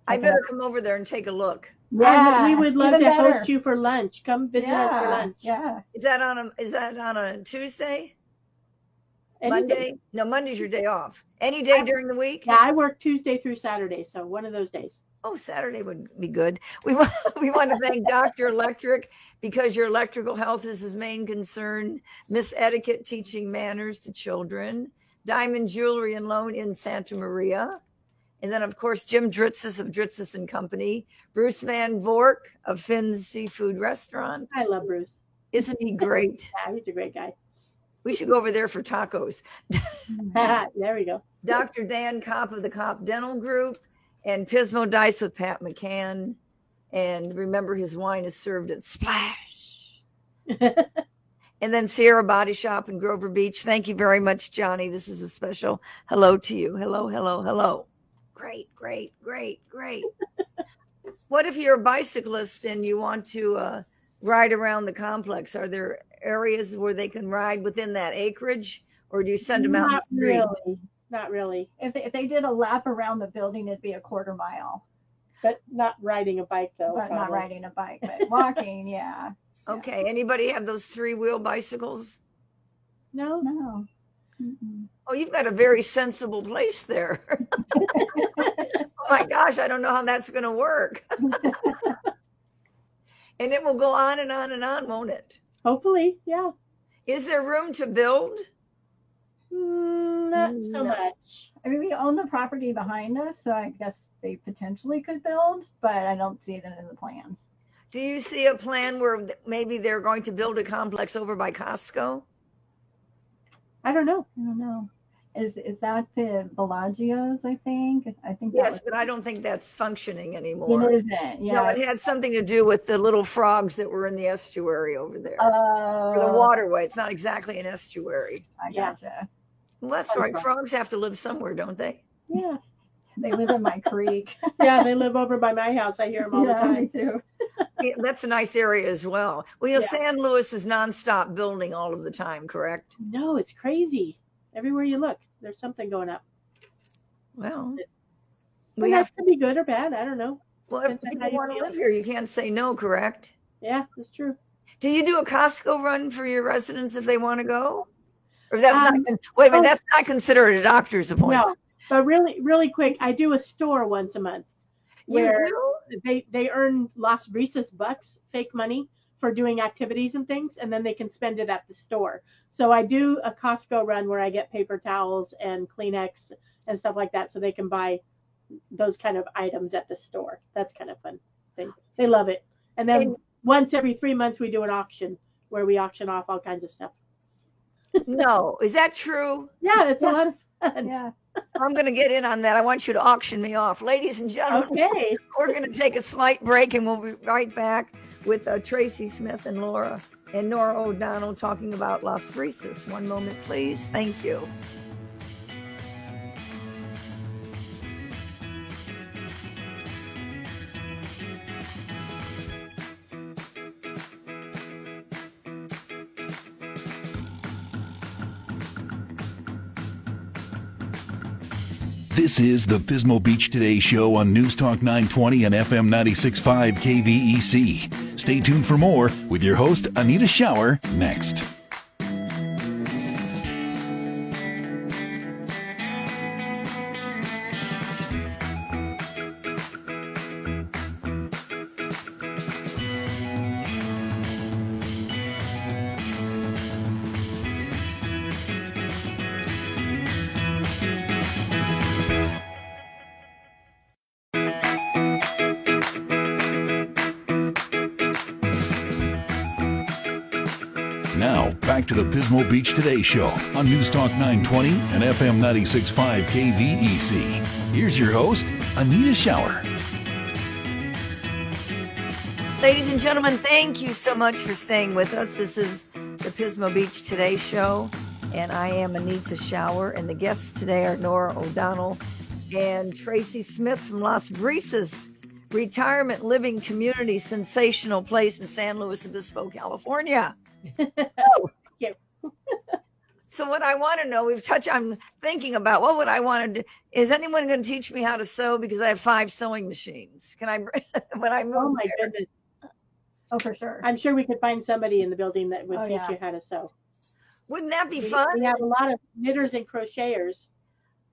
[SPEAKER 2] I
[SPEAKER 3] Check it
[SPEAKER 2] better come over there and take a look.
[SPEAKER 4] Yeah, we would love
[SPEAKER 3] even
[SPEAKER 4] to
[SPEAKER 3] better.
[SPEAKER 4] host you for lunch. Come visit us for
[SPEAKER 3] Yeah,
[SPEAKER 4] lunch.
[SPEAKER 3] Yeah.
[SPEAKER 2] Is that on a is that on a Tuesday?
[SPEAKER 4] Any day.
[SPEAKER 2] Monday? No, Monday's your day off. Any day during the week?
[SPEAKER 4] Yeah, I work Tuesday through Saturday, so one of those days.
[SPEAKER 2] Oh, Saturday would be good. We want, we want to thank Dr. Electric because your electrical health is his main concern. Miss Etiquette teaching manners to children. Diamond Jewelry and Loan in Santa Maria. And then, of course, Jim Dritzis of Dritzis and Company. Bruce Van Vork of Finn's Seafood Restaurant.
[SPEAKER 4] I love Bruce.
[SPEAKER 2] Isn't he great?
[SPEAKER 4] Yeah, he's a great guy.
[SPEAKER 2] We should go over there for tacos.
[SPEAKER 4] there we go.
[SPEAKER 2] Dr. Dan Kopp of the Kopp Dental Group, and Pismo Dice with Pat McCann. And remember, his wine is served at Splash. and then Sierra Body Shop in Grover Beach. Thank you very much, Johnny. This is a special hello to you. Hello, hello, hello. Great, great, great, great. what if you're a bicyclist and you want to uh, ride around the complex? Are there areas where they can ride within that acreage, or do you send them out? in
[SPEAKER 4] Not
[SPEAKER 2] the street?
[SPEAKER 4] really. Not really.
[SPEAKER 3] If they, if they did a lap around the building, it'd be a quarter mile,
[SPEAKER 4] But not riding a bike though.
[SPEAKER 3] but not
[SPEAKER 4] probably.
[SPEAKER 3] riding a bike, but walking. yeah.
[SPEAKER 2] Okay. Anybody have those three wheel bicycles?
[SPEAKER 4] No.
[SPEAKER 3] No. Mm-mm.
[SPEAKER 2] Oh, you've got a very sensible place there. oh my gosh, I don't know how that's going to work. and it will go on and on and on, won't it?
[SPEAKER 4] Hopefully, yeah.
[SPEAKER 2] Is there room to build?
[SPEAKER 4] Mm, not
[SPEAKER 3] No.
[SPEAKER 4] so much.
[SPEAKER 3] I mean, we own the property behind us, so I guess they potentially could build, but I don't see it in the plans.
[SPEAKER 2] Do you see a plan where th- maybe they're going to build a complex over by Costco?
[SPEAKER 4] I don't know.
[SPEAKER 3] I don't know. Is is that the Bellagios? I think. I think. that
[SPEAKER 2] Yes,
[SPEAKER 3] was-
[SPEAKER 2] but I don't think that's functioning anymore.
[SPEAKER 3] It isn't. Yeah.
[SPEAKER 2] No, it had something to do with the little frogs that were in the estuary over there. or the
[SPEAKER 3] Oh,
[SPEAKER 2] waterway. It's not exactly an estuary.
[SPEAKER 3] I
[SPEAKER 4] Yeah.
[SPEAKER 3] gotcha.
[SPEAKER 2] Well, that's
[SPEAKER 4] Oh,
[SPEAKER 2] all right. Frogs have to live somewhere, don't they?
[SPEAKER 4] Yeah.
[SPEAKER 3] They live in my creek.
[SPEAKER 4] Yeah, they live over by my house. I hear them all
[SPEAKER 3] yeah,
[SPEAKER 4] the
[SPEAKER 3] me
[SPEAKER 4] time.
[SPEAKER 3] too.
[SPEAKER 2] Yeah, that's a nice area as well. Well, you know,
[SPEAKER 4] Yeah.
[SPEAKER 2] San Luis is nonstop building all of the time, correct?
[SPEAKER 4] No, it's crazy. Everywhere you look, there's something going up.
[SPEAKER 2] Well,
[SPEAKER 4] Well,
[SPEAKER 2] we
[SPEAKER 4] that
[SPEAKER 2] have.
[SPEAKER 4] could be good or bad. I don't know.
[SPEAKER 2] Well, if
[SPEAKER 4] depends on
[SPEAKER 2] people
[SPEAKER 4] how you
[SPEAKER 2] want to
[SPEAKER 4] feel.
[SPEAKER 2] live here, you can't say no, correct?
[SPEAKER 4] Yeah, that's true.
[SPEAKER 2] Do you do a Costco run for your residents if they want to go? Or that's
[SPEAKER 4] Um,
[SPEAKER 2] not. con- Wait a minute,
[SPEAKER 4] oh.
[SPEAKER 2] that's not considered a doctor's appointment.
[SPEAKER 4] No, but really, really quick, I do a store once a month
[SPEAKER 2] you
[SPEAKER 4] where
[SPEAKER 2] do?
[SPEAKER 4] they they earn Las Risas bucks, fake money, for doing activities and things, and then they can spend it at the store. So I do a Costco run where I get paper towels and Kleenex and stuff like that, so they can buy those kind of items at the store. That's kind of fun thing. They love it. And then
[SPEAKER 2] And-
[SPEAKER 4] once every three months, we do an auction where we auction off all kinds of stuff.
[SPEAKER 2] no, is that true?
[SPEAKER 4] Yeah, it's
[SPEAKER 3] Yeah.
[SPEAKER 4] a lot of fun.
[SPEAKER 3] Yeah.
[SPEAKER 2] I'm going to get in on that. I want you to auction me off, ladies
[SPEAKER 4] Oh,
[SPEAKER 2] and gentlemen.
[SPEAKER 4] Okay.
[SPEAKER 2] We're going to take a slight break and we'll be right back with uh, Tracy Smith and Laura and Nora O'Donnell talking about Las Brisas. One moment, please. Thank you.
[SPEAKER 1] This is the Pismo Beach Today show on News Talk 920 and FM 965 KVEC. E Stay tuned for more with your host, Anita Shower, next. Now, back to the Pismo Beach Today show on News Talk 920 and FM 965 KVEC. E Here's your host, Anita Shower.
[SPEAKER 2] Ladies and gentlemen, thank you so much for staying with us. This is the Pismo Beach Today show, and I am Anita Shower, and the guests today are Nora O'Donnell and Tracy Smith from Las Brisas Retirement Living Community, sensational place in San Luis Obispo, California.
[SPEAKER 4] you.
[SPEAKER 2] So what I want to know, we've touched. I'm thinking about what would I want to do. Is anyone going to teach me how to sew? Because I have five sewing machines. Can I, br- when I move,
[SPEAKER 4] Oh my
[SPEAKER 2] there?
[SPEAKER 4] goodness.
[SPEAKER 3] Oh, for sure.
[SPEAKER 4] I'm sure we could find somebody in the building that would
[SPEAKER 3] Oh,
[SPEAKER 4] teach
[SPEAKER 3] yeah.
[SPEAKER 4] you how to sew.
[SPEAKER 2] wouldn't that be
[SPEAKER 4] We,
[SPEAKER 2] fun?
[SPEAKER 4] we have a lot of knitters and crocheters.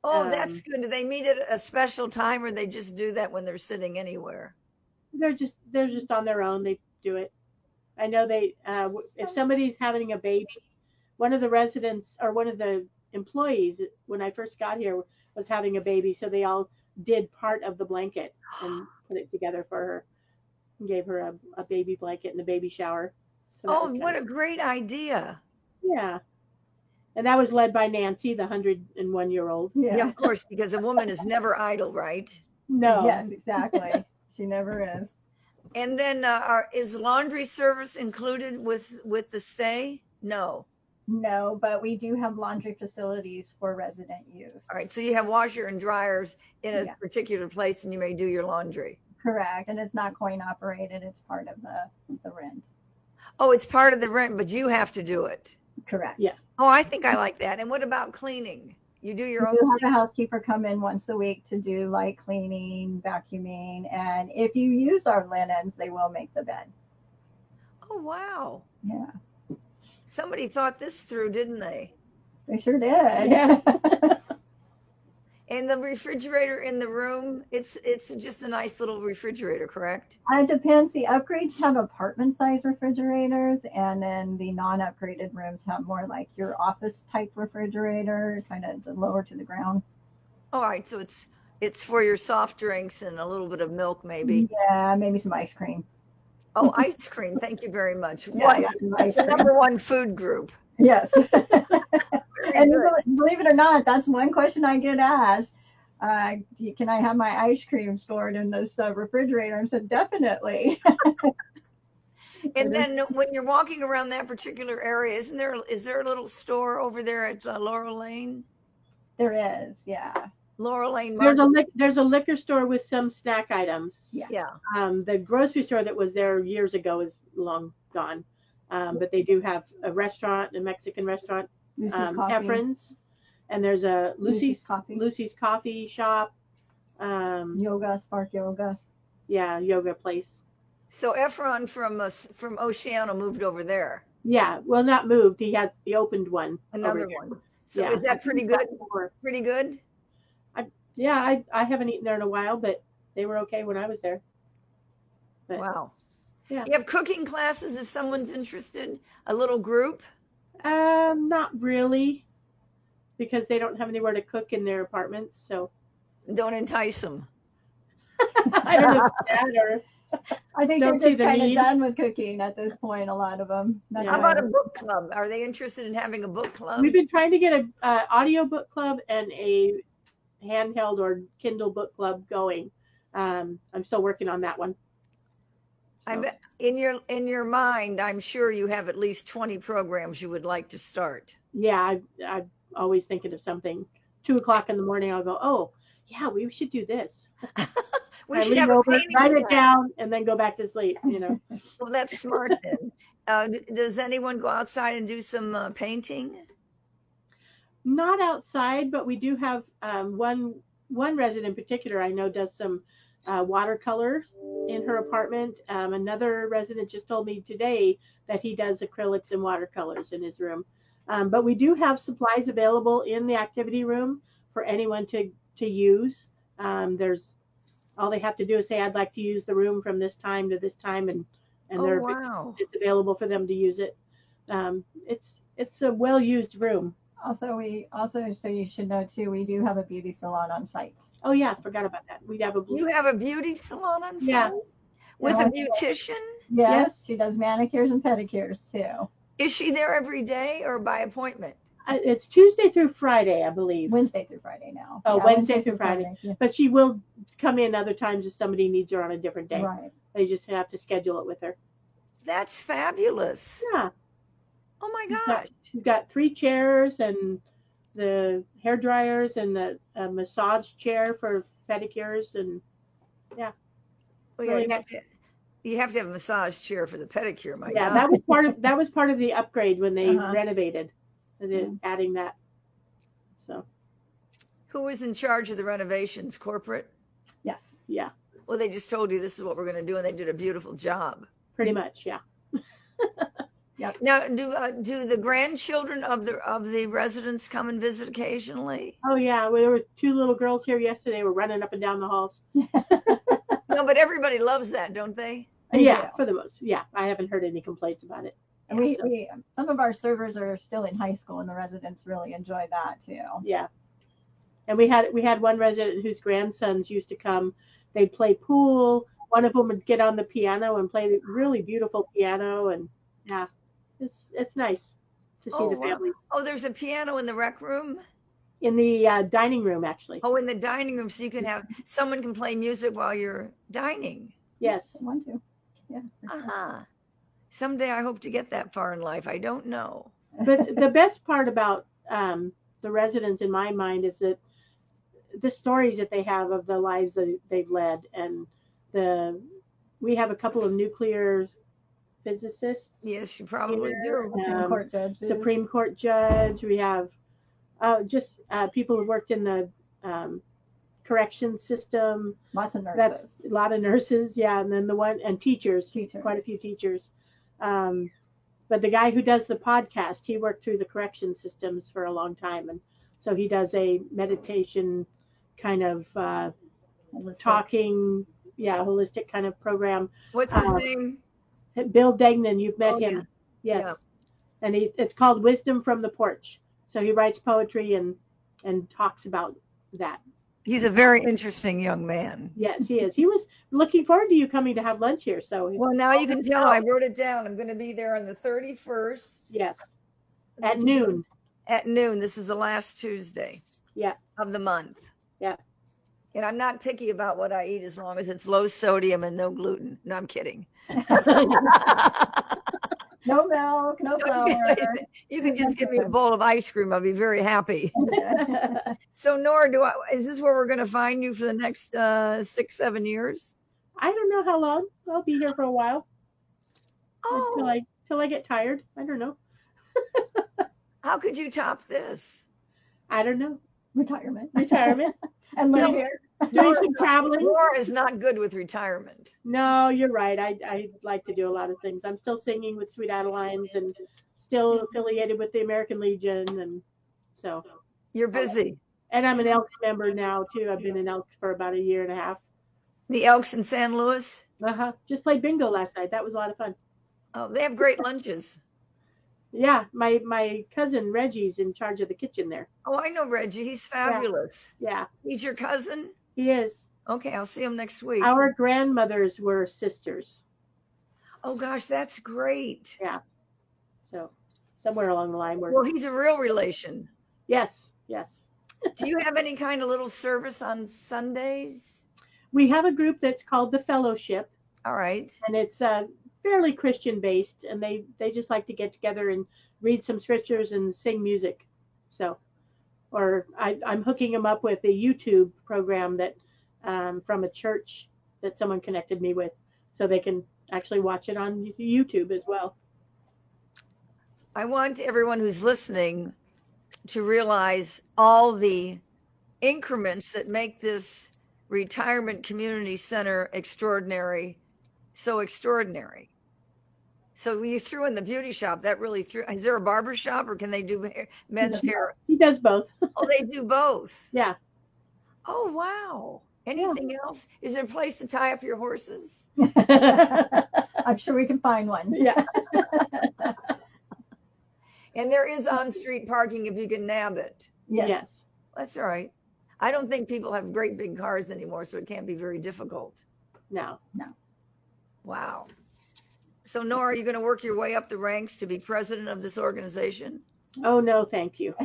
[SPEAKER 2] Oh,
[SPEAKER 4] Um,
[SPEAKER 2] that's good. Do they meet at a special time or they just do that when they're sitting anywhere?
[SPEAKER 4] They're just they're just on their own. They do it. I know they uh, w- if somebody's having a baby, one of the residents or one of the employees when I first got here was having a baby, so they all did part of the blanket and put it together for her. And gave her a, a baby blanket and a baby shower. So that
[SPEAKER 2] Oh,
[SPEAKER 4] was kind
[SPEAKER 2] what
[SPEAKER 4] of-
[SPEAKER 2] a great idea.
[SPEAKER 4] yeah. And that was led by Nancy, the hundred and one year old.
[SPEAKER 2] Yeah.
[SPEAKER 3] yeah.
[SPEAKER 2] of course, because a woman is never idle, right?
[SPEAKER 4] No.
[SPEAKER 3] Yes, exactly. she never is.
[SPEAKER 2] And then, uh, are, is laundry service included with with the stay? No.
[SPEAKER 3] No, but we do have laundry facilities for resident use.
[SPEAKER 2] All right. So you have washer and dryers in a
[SPEAKER 3] Yeah.
[SPEAKER 2] particular place, and you may do your laundry.
[SPEAKER 3] Correct, and it's not coin operated, it's part of the, the rent.
[SPEAKER 2] Oh, it's part of the rent, but you have to do it.
[SPEAKER 3] Correct.
[SPEAKER 4] Yeah.
[SPEAKER 2] Oh, I think I like that. And what about cleaning? You do your own.
[SPEAKER 3] We do have a housekeeper come in once a week to do light cleaning, vacuuming, and if you use our linens, they will make the bed.
[SPEAKER 2] Oh, wow.
[SPEAKER 3] Yeah,
[SPEAKER 2] Somebody thought this through, didn't they?
[SPEAKER 3] they sure did.
[SPEAKER 4] Yeah.
[SPEAKER 2] And the refrigerator in the room, it's it's just a nice little refrigerator, correct?
[SPEAKER 3] Uh, It depends. The upgrades have apartment size refrigerators, and then the non upgraded rooms have more like your office type refrigerator, kind of lower to the ground.
[SPEAKER 2] All right, so it's it's for your soft drinks and a little bit of milk
[SPEAKER 3] Mm-hmm.
[SPEAKER 2] maybe.
[SPEAKER 3] Yeah, maybe some ice cream.
[SPEAKER 2] Oh, ice cream. Thank you very much.
[SPEAKER 3] Yeah,
[SPEAKER 2] What?
[SPEAKER 3] yeah, some ice
[SPEAKER 2] The
[SPEAKER 3] cream.
[SPEAKER 2] number one food group.
[SPEAKER 3] Yes.
[SPEAKER 2] Very
[SPEAKER 3] and
[SPEAKER 2] good.
[SPEAKER 3] bel- believe it or not, that's one question I get asked. Uh, do you- can I have my ice cream stored in this uh, refrigerator? I said, definitely.
[SPEAKER 2] And then when you're walking around that particular area, isn't there is there a little store over there at uh, Laurel Lane?
[SPEAKER 3] there is, yeah.
[SPEAKER 2] Laurel Lane
[SPEAKER 4] There's a
[SPEAKER 2] Market.
[SPEAKER 4] lic- there's a liquor store with some snack items.
[SPEAKER 2] yeah.
[SPEAKER 4] Um, the grocery store that was there years ago is long gone, um, but they do have a restaurant, a Mexican restaurant,
[SPEAKER 3] Lucy's
[SPEAKER 4] um,
[SPEAKER 3] Coffee.
[SPEAKER 4] Efren's, and there's a Lucy's
[SPEAKER 3] Coffee.
[SPEAKER 4] Lucy's Coffee Shop. Um,
[SPEAKER 3] Yoga, Spark Yoga.
[SPEAKER 4] yeah, yoga place.
[SPEAKER 2] So Efron from us from Oceano moved over there.
[SPEAKER 4] Yeah, well, not moved. He had the opened one. over
[SPEAKER 2] Another
[SPEAKER 4] here.
[SPEAKER 2] one. So
[SPEAKER 4] Yeah.
[SPEAKER 2] is that pretty good?
[SPEAKER 4] Or-
[SPEAKER 2] Pretty good.
[SPEAKER 4] Yeah, I I haven't eaten there in a while, but they were okay when I was there. But-
[SPEAKER 2] Wow.
[SPEAKER 4] Yeah.
[SPEAKER 2] You have cooking classes if someone's interested. A little group.
[SPEAKER 4] Um, not really, because they don't have anywhere to cook in their apartments. So
[SPEAKER 2] Don't entice them.
[SPEAKER 4] I don't know if it's that or
[SPEAKER 3] I think
[SPEAKER 4] Don't
[SPEAKER 3] they're
[SPEAKER 4] see
[SPEAKER 3] just
[SPEAKER 4] the
[SPEAKER 3] kind of
[SPEAKER 4] need.
[SPEAKER 3] done with cooking at this point, a lot of them. That's
[SPEAKER 4] Yeah.
[SPEAKER 2] How
[SPEAKER 3] why
[SPEAKER 2] about a book club? Are they interested in having a book club?
[SPEAKER 4] We've been trying to get a uh, audiobook club and a handheld or Kindle book club going. Um, I'm still working on that one.
[SPEAKER 2] I
[SPEAKER 4] So,
[SPEAKER 2] bet in your in your mind, I'm sure you have at least 20 programs you would like to start.
[SPEAKER 4] yeah, I, I'm always thinking of something. Two o'clock in the morning, I'll go. Oh, yeah, we should do this.
[SPEAKER 2] We
[SPEAKER 4] I
[SPEAKER 2] should
[SPEAKER 4] lean
[SPEAKER 2] have a
[SPEAKER 4] over,
[SPEAKER 2] painting
[SPEAKER 4] write it
[SPEAKER 2] class.
[SPEAKER 4] down, and then go back to sleep. You know,
[SPEAKER 2] Well, that's smart then. Uh, d- does anyone go outside and do some uh, painting?
[SPEAKER 4] not outside, but we do have um, one one resident in particular I know does some uh, watercolor in her apartment. Um, another resident just told me today that he does acrylics and watercolors in his room. Um, but we do have supplies available in the activity room for anyone to to use. Um, there's all they have to do is say, "I'd like to use the room from this time to this time," and and
[SPEAKER 2] oh
[SPEAKER 4] they're
[SPEAKER 2] wow!
[SPEAKER 4] it's available for them to use it. Um, it's it's a well used room.
[SPEAKER 3] Also, we also, so you should know too, we do have a beauty salon on site.
[SPEAKER 4] Oh yeah, I forgot about that. We'd have a blue.
[SPEAKER 2] You have a beauty salon on site
[SPEAKER 4] Yeah.
[SPEAKER 2] with
[SPEAKER 3] Yeah.
[SPEAKER 2] a beautician.
[SPEAKER 3] Yes, she does manicures and pedicures too.
[SPEAKER 2] Is she there every day or by appointment?
[SPEAKER 4] I- Uh, It's Tuesday through Friday, I believe.
[SPEAKER 3] Wednesday through Friday now.
[SPEAKER 4] Oh,
[SPEAKER 3] Yeah,
[SPEAKER 4] Wednesday through Friday.
[SPEAKER 3] Yeah,
[SPEAKER 4] But she will come in other times if somebody needs her on a different day.
[SPEAKER 3] Right.
[SPEAKER 4] They just have to schedule it with her.
[SPEAKER 2] That's fabulous!
[SPEAKER 4] Yeah,
[SPEAKER 2] Oh my
[SPEAKER 4] Yeah.
[SPEAKER 2] gosh!
[SPEAKER 4] she's got three chairs and the hair dryers and the a massage chair for pedicures and
[SPEAKER 2] Well, Oh, yeah,
[SPEAKER 4] really
[SPEAKER 2] you, have to, you have to have a massage chair for the pedicure, Oh my
[SPEAKER 4] yeah,
[SPEAKER 2] God.
[SPEAKER 4] that was part of that was part of the upgrade when they
[SPEAKER 3] Uh-huh.
[SPEAKER 4] renovated, and
[SPEAKER 2] Mm-hmm.
[SPEAKER 4] then adding that. So
[SPEAKER 2] Who was in charge of the renovations? Corporate?
[SPEAKER 3] Yes.
[SPEAKER 4] yeah,
[SPEAKER 2] Well, they just told you this is what we're going to do, and they did a beautiful job.
[SPEAKER 4] pretty much yeah.
[SPEAKER 2] Now, do uh, do the grandchildren of the of the residents come and visit occasionally?
[SPEAKER 4] Oh yeah, well, there were two little girls here yesterday. Were running up and down the halls.
[SPEAKER 2] No, but everybody loves that, don't they?
[SPEAKER 3] They
[SPEAKER 4] yeah,
[SPEAKER 3] do.
[SPEAKER 4] for the most. Yeah, I haven't heard any complaints about it.
[SPEAKER 3] And we,
[SPEAKER 4] So-
[SPEAKER 3] we, some of our servers are still in high school and the residents really enjoy that too.
[SPEAKER 4] Yeah, and we had we had one resident whose grandsons used to come. They'd play pool. One of them would get on the piano and play the really beautiful piano, and yeah, it's it's nice to see
[SPEAKER 2] Oh,
[SPEAKER 4] the
[SPEAKER 2] wow.
[SPEAKER 4] families
[SPEAKER 2] Oh, there's a piano in the rec room.
[SPEAKER 4] in the uh, dining room actually.
[SPEAKER 2] Oh, in the dining room, so you can have someone can play music while you're dining.
[SPEAKER 4] Yes,
[SPEAKER 3] One, two. Yeah. for sure.
[SPEAKER 2] Uh-huh. Someday I hope to get that far in life. I don't know.
[SPEAKER 4] but the best part about um, the residents in my mind is that the stories that they have of the lives that they've led and the we have a couple of nuclear physicists
[SPEAKER 2] Yes, you probably
[SPEAKER 4] Yes.
[SPEAKER 2] do.
[SPEAKER 3] Supreme
[SPEAKER 4] um,
[SPEAKER 3] Court judges.
[SPEAKER 4] supreme court judge we have uh, just uh, people who worked in the um, correction system
[SPEAKER 3] Lots of nurses.
[SPEAKER 4] that's a lot of nurses yeah and then the one and teachers
[SPEAKER 3] Teachers.
[SPEAKER 4] quite a few teachers. Um, but the guy who does the podcast, he worked through the correction systems for a long time, and so he does a meditation kind of uh,
[SPEAKER 3] Holistic.
[SPEAKER 4] talking, yeah, holistic kind of program.
[SPEAKER 2] What's his
[SPEAKER 4] Uh,
[SPEAKER 2] name?
[SPEAKER 4] Bill Degnan, you've met
[SPEAKER 2] Oh, yeah.
[SPEAKER 4] him, yes,
[SPEAKER 2] Yeah.
[SPEAKER 4] and he, it's called Wisdom from the Porch. So he writes poetry and and talks about that.
[SPEAKER 2] He's a very interesting young man.
[SPEAKER 4] Yes, he is. He was looking forward to you coming to have lunch here. So
[SPEAKER 2] Well, now you can tell I wrote it down. I'm going to be there on the 31st
[SPEAKER 4] yes, at noon.
[SPEAKER 2] at noon. This is the last Tuesday.
[SPEAKER 4] Yeah.
[SPEAKER 2] Of the month.
[SPEAKER 4] Yeah.
[SPEAKER 2] And I'm not picky about what I eat as long as it's low sodium and no gluten. No, I'm kidding.
[SPEAKER 3] No milk, no flour.
[SPEAKER 2] you can just give me a bowl of ice cream. I'll be very happy. So, Nora, do I, is this where we're going to find you for the next uh, six, seven years?
[SPEAKER 4] I don't know how long. I'll be here for a while until
[SPEAKER 2] Oh,
[SPEAKER 4] I till I get tired. I don't know.
[SPEAKER 2] how could you top this?
[SPEAKER 4] I don't know.
[SPEAKER 3] Retirement.
[SPEAKER 4] Retirement,
[SPEAKER 3] and live
[SPEAKER 4] No.
[SPEAKER 3] here.
[SPEAKER 4] doing some traveling.
[SPEAKER 2] Nora is not good with retirement.
[SPEAKER 4] No, you're right. I I like to do a lot of things. I'm still singing with Sweet Adelines and still affiliated with the American Legion, and so Oh.
[SPEAKER 2] You're busy.
[SPEAKER 4] and I'm an Elks member now too. I've been an Elks for about a year and a half.
[SPEAKER 2] The Elks in San Luis,
[SPEAKER 4] Uh huh. Just played bingo last night. That was a lot of fun.
[SPEAKER 2] oh, they have great lunches.
[SPEAKER 4] Yeah, my my cousin Reggie's in charge of the kitchen there.
[SPEAKER 2] Oh, I know Reggie. He's fabulous.
[SPEAKER 4] Yeah,
[SPEAKER 2] He's your cousin.
[SPEAKER 4] he is.
[SPEAKER 2] Okay, I'll see him next week.
[SPEAKER 4] Our grandmothers were sisters.
[SPEAKER 2] oh, gosh, that's great.
[SPEAKER 4] So somewhere along the line, we're
[SPEAKER 2] Well, he's a real relation.
[SPEAKER 4] yes, yes.
[SPEAKER 2] Do you have any kind of little service on Sundays?
[SPEAKER 4] We have a group that's called the Fellowship,
[SPEAKER 2] All right.
[SPEAKER 4] and it's uh, fairly Christian based, and they they just like to get together and read some scriptures and sing music. So, or I, I'm hooking them up with a YouTube program that um, from a church that someone connected me with, so they can actually watch it on YouTube as well.
[SPEAKER 2] I want everyone who's listening to realize all the increments that make this retirement community center extraordinary, so extraordinary. So when you threw in the beauty shop, that really threw. Is there a barber shop, or can they do hair, men's hair?
[SPEAKER 4] He does both.
[SPEAKER 2] Oh, they do both.
[SPEAKER 4] Yeah.
[SPEAKER 2] Oh wow! Anything else? Is there a place to tie up your horses?
[SPEAKER 3] I'm sure we can find one.
[SPEAKER 4] yeah.
[SPEAKER 2] And there is on-street parking if you can nab it.
[SPEAKER 3] Yes.
[SPEAKER 4] yes.
[SPEAKER 2] That's all right. I don't think people have great big cars anymore, so it can't be very difficult.
[SPEAKER 4] No.
[SPEAKER 2] Wow. So, Nora, are you going to work your way up the ranks to be president of this organization?
[SPEAKER 4] Oh no, thank you.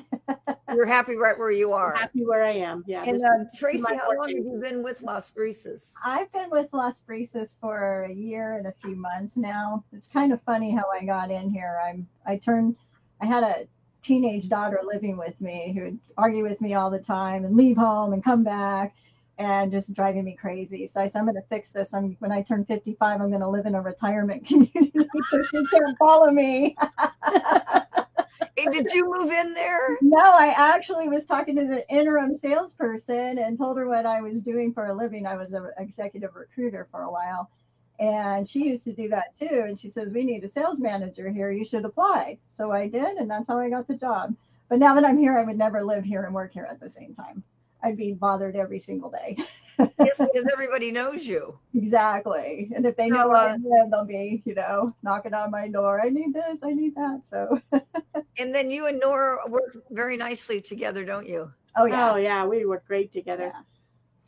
[SPEAKER 2] You're happy right where you are.
[SPEAKER 4] Happy where I am. Yeah.
[SPEAKER 2] And
[SPEAKER 4] this-
[SPEAKER 2] uh, Tracy,
[SPEAKER 4] my
[SPEAKER 2] how long have
[SPEAKER 4] fortune.
[SPEAKER 2] you been with Las Brisas?
[SPEAKER 3] I've been with Las Brisas for a year and a few months now. It's kind of funny how I got in here. I'm I turned I had a teenage daughter living with me who would argue with me all the time and leave home and come back and just driving me crazy. So I said I'm gonna fix this. I'm when I turn fifty five I'm gonna live in a retirement community so she can't follow me.
[SPEAKER 2] Hey, did you move in there?
[SPEAKER 3] No, I actually was talking to the interim salesperson and told her what I was doing for a living. I was an executive recruiter for a while, and she used to do that too. And she says, We need a sales manager here. You should apply. So I did, and that's how I got the job. But now that I'm here, I would never live here and work here at the same time. I'd be bothered every single day.
[SPEAKER 2] Yes, because everybody knows you.
[SPEAKER 3] Exactly. And if they know
[SPEAKER 2] So,
[SPEAKER 3] where I live, they'll be, you know, knocking on my door. I need this. I need that. So,
[SPEAKER 2] And then you and Nora work very nicely together, don't you?
[SPEAKER 3] oh,
[SPEAKER 4] Oh
[SPEAKER 3] yeah.
[SPEAKER 4] yeah, we were great together.
[SPEAKER 3] Yeah.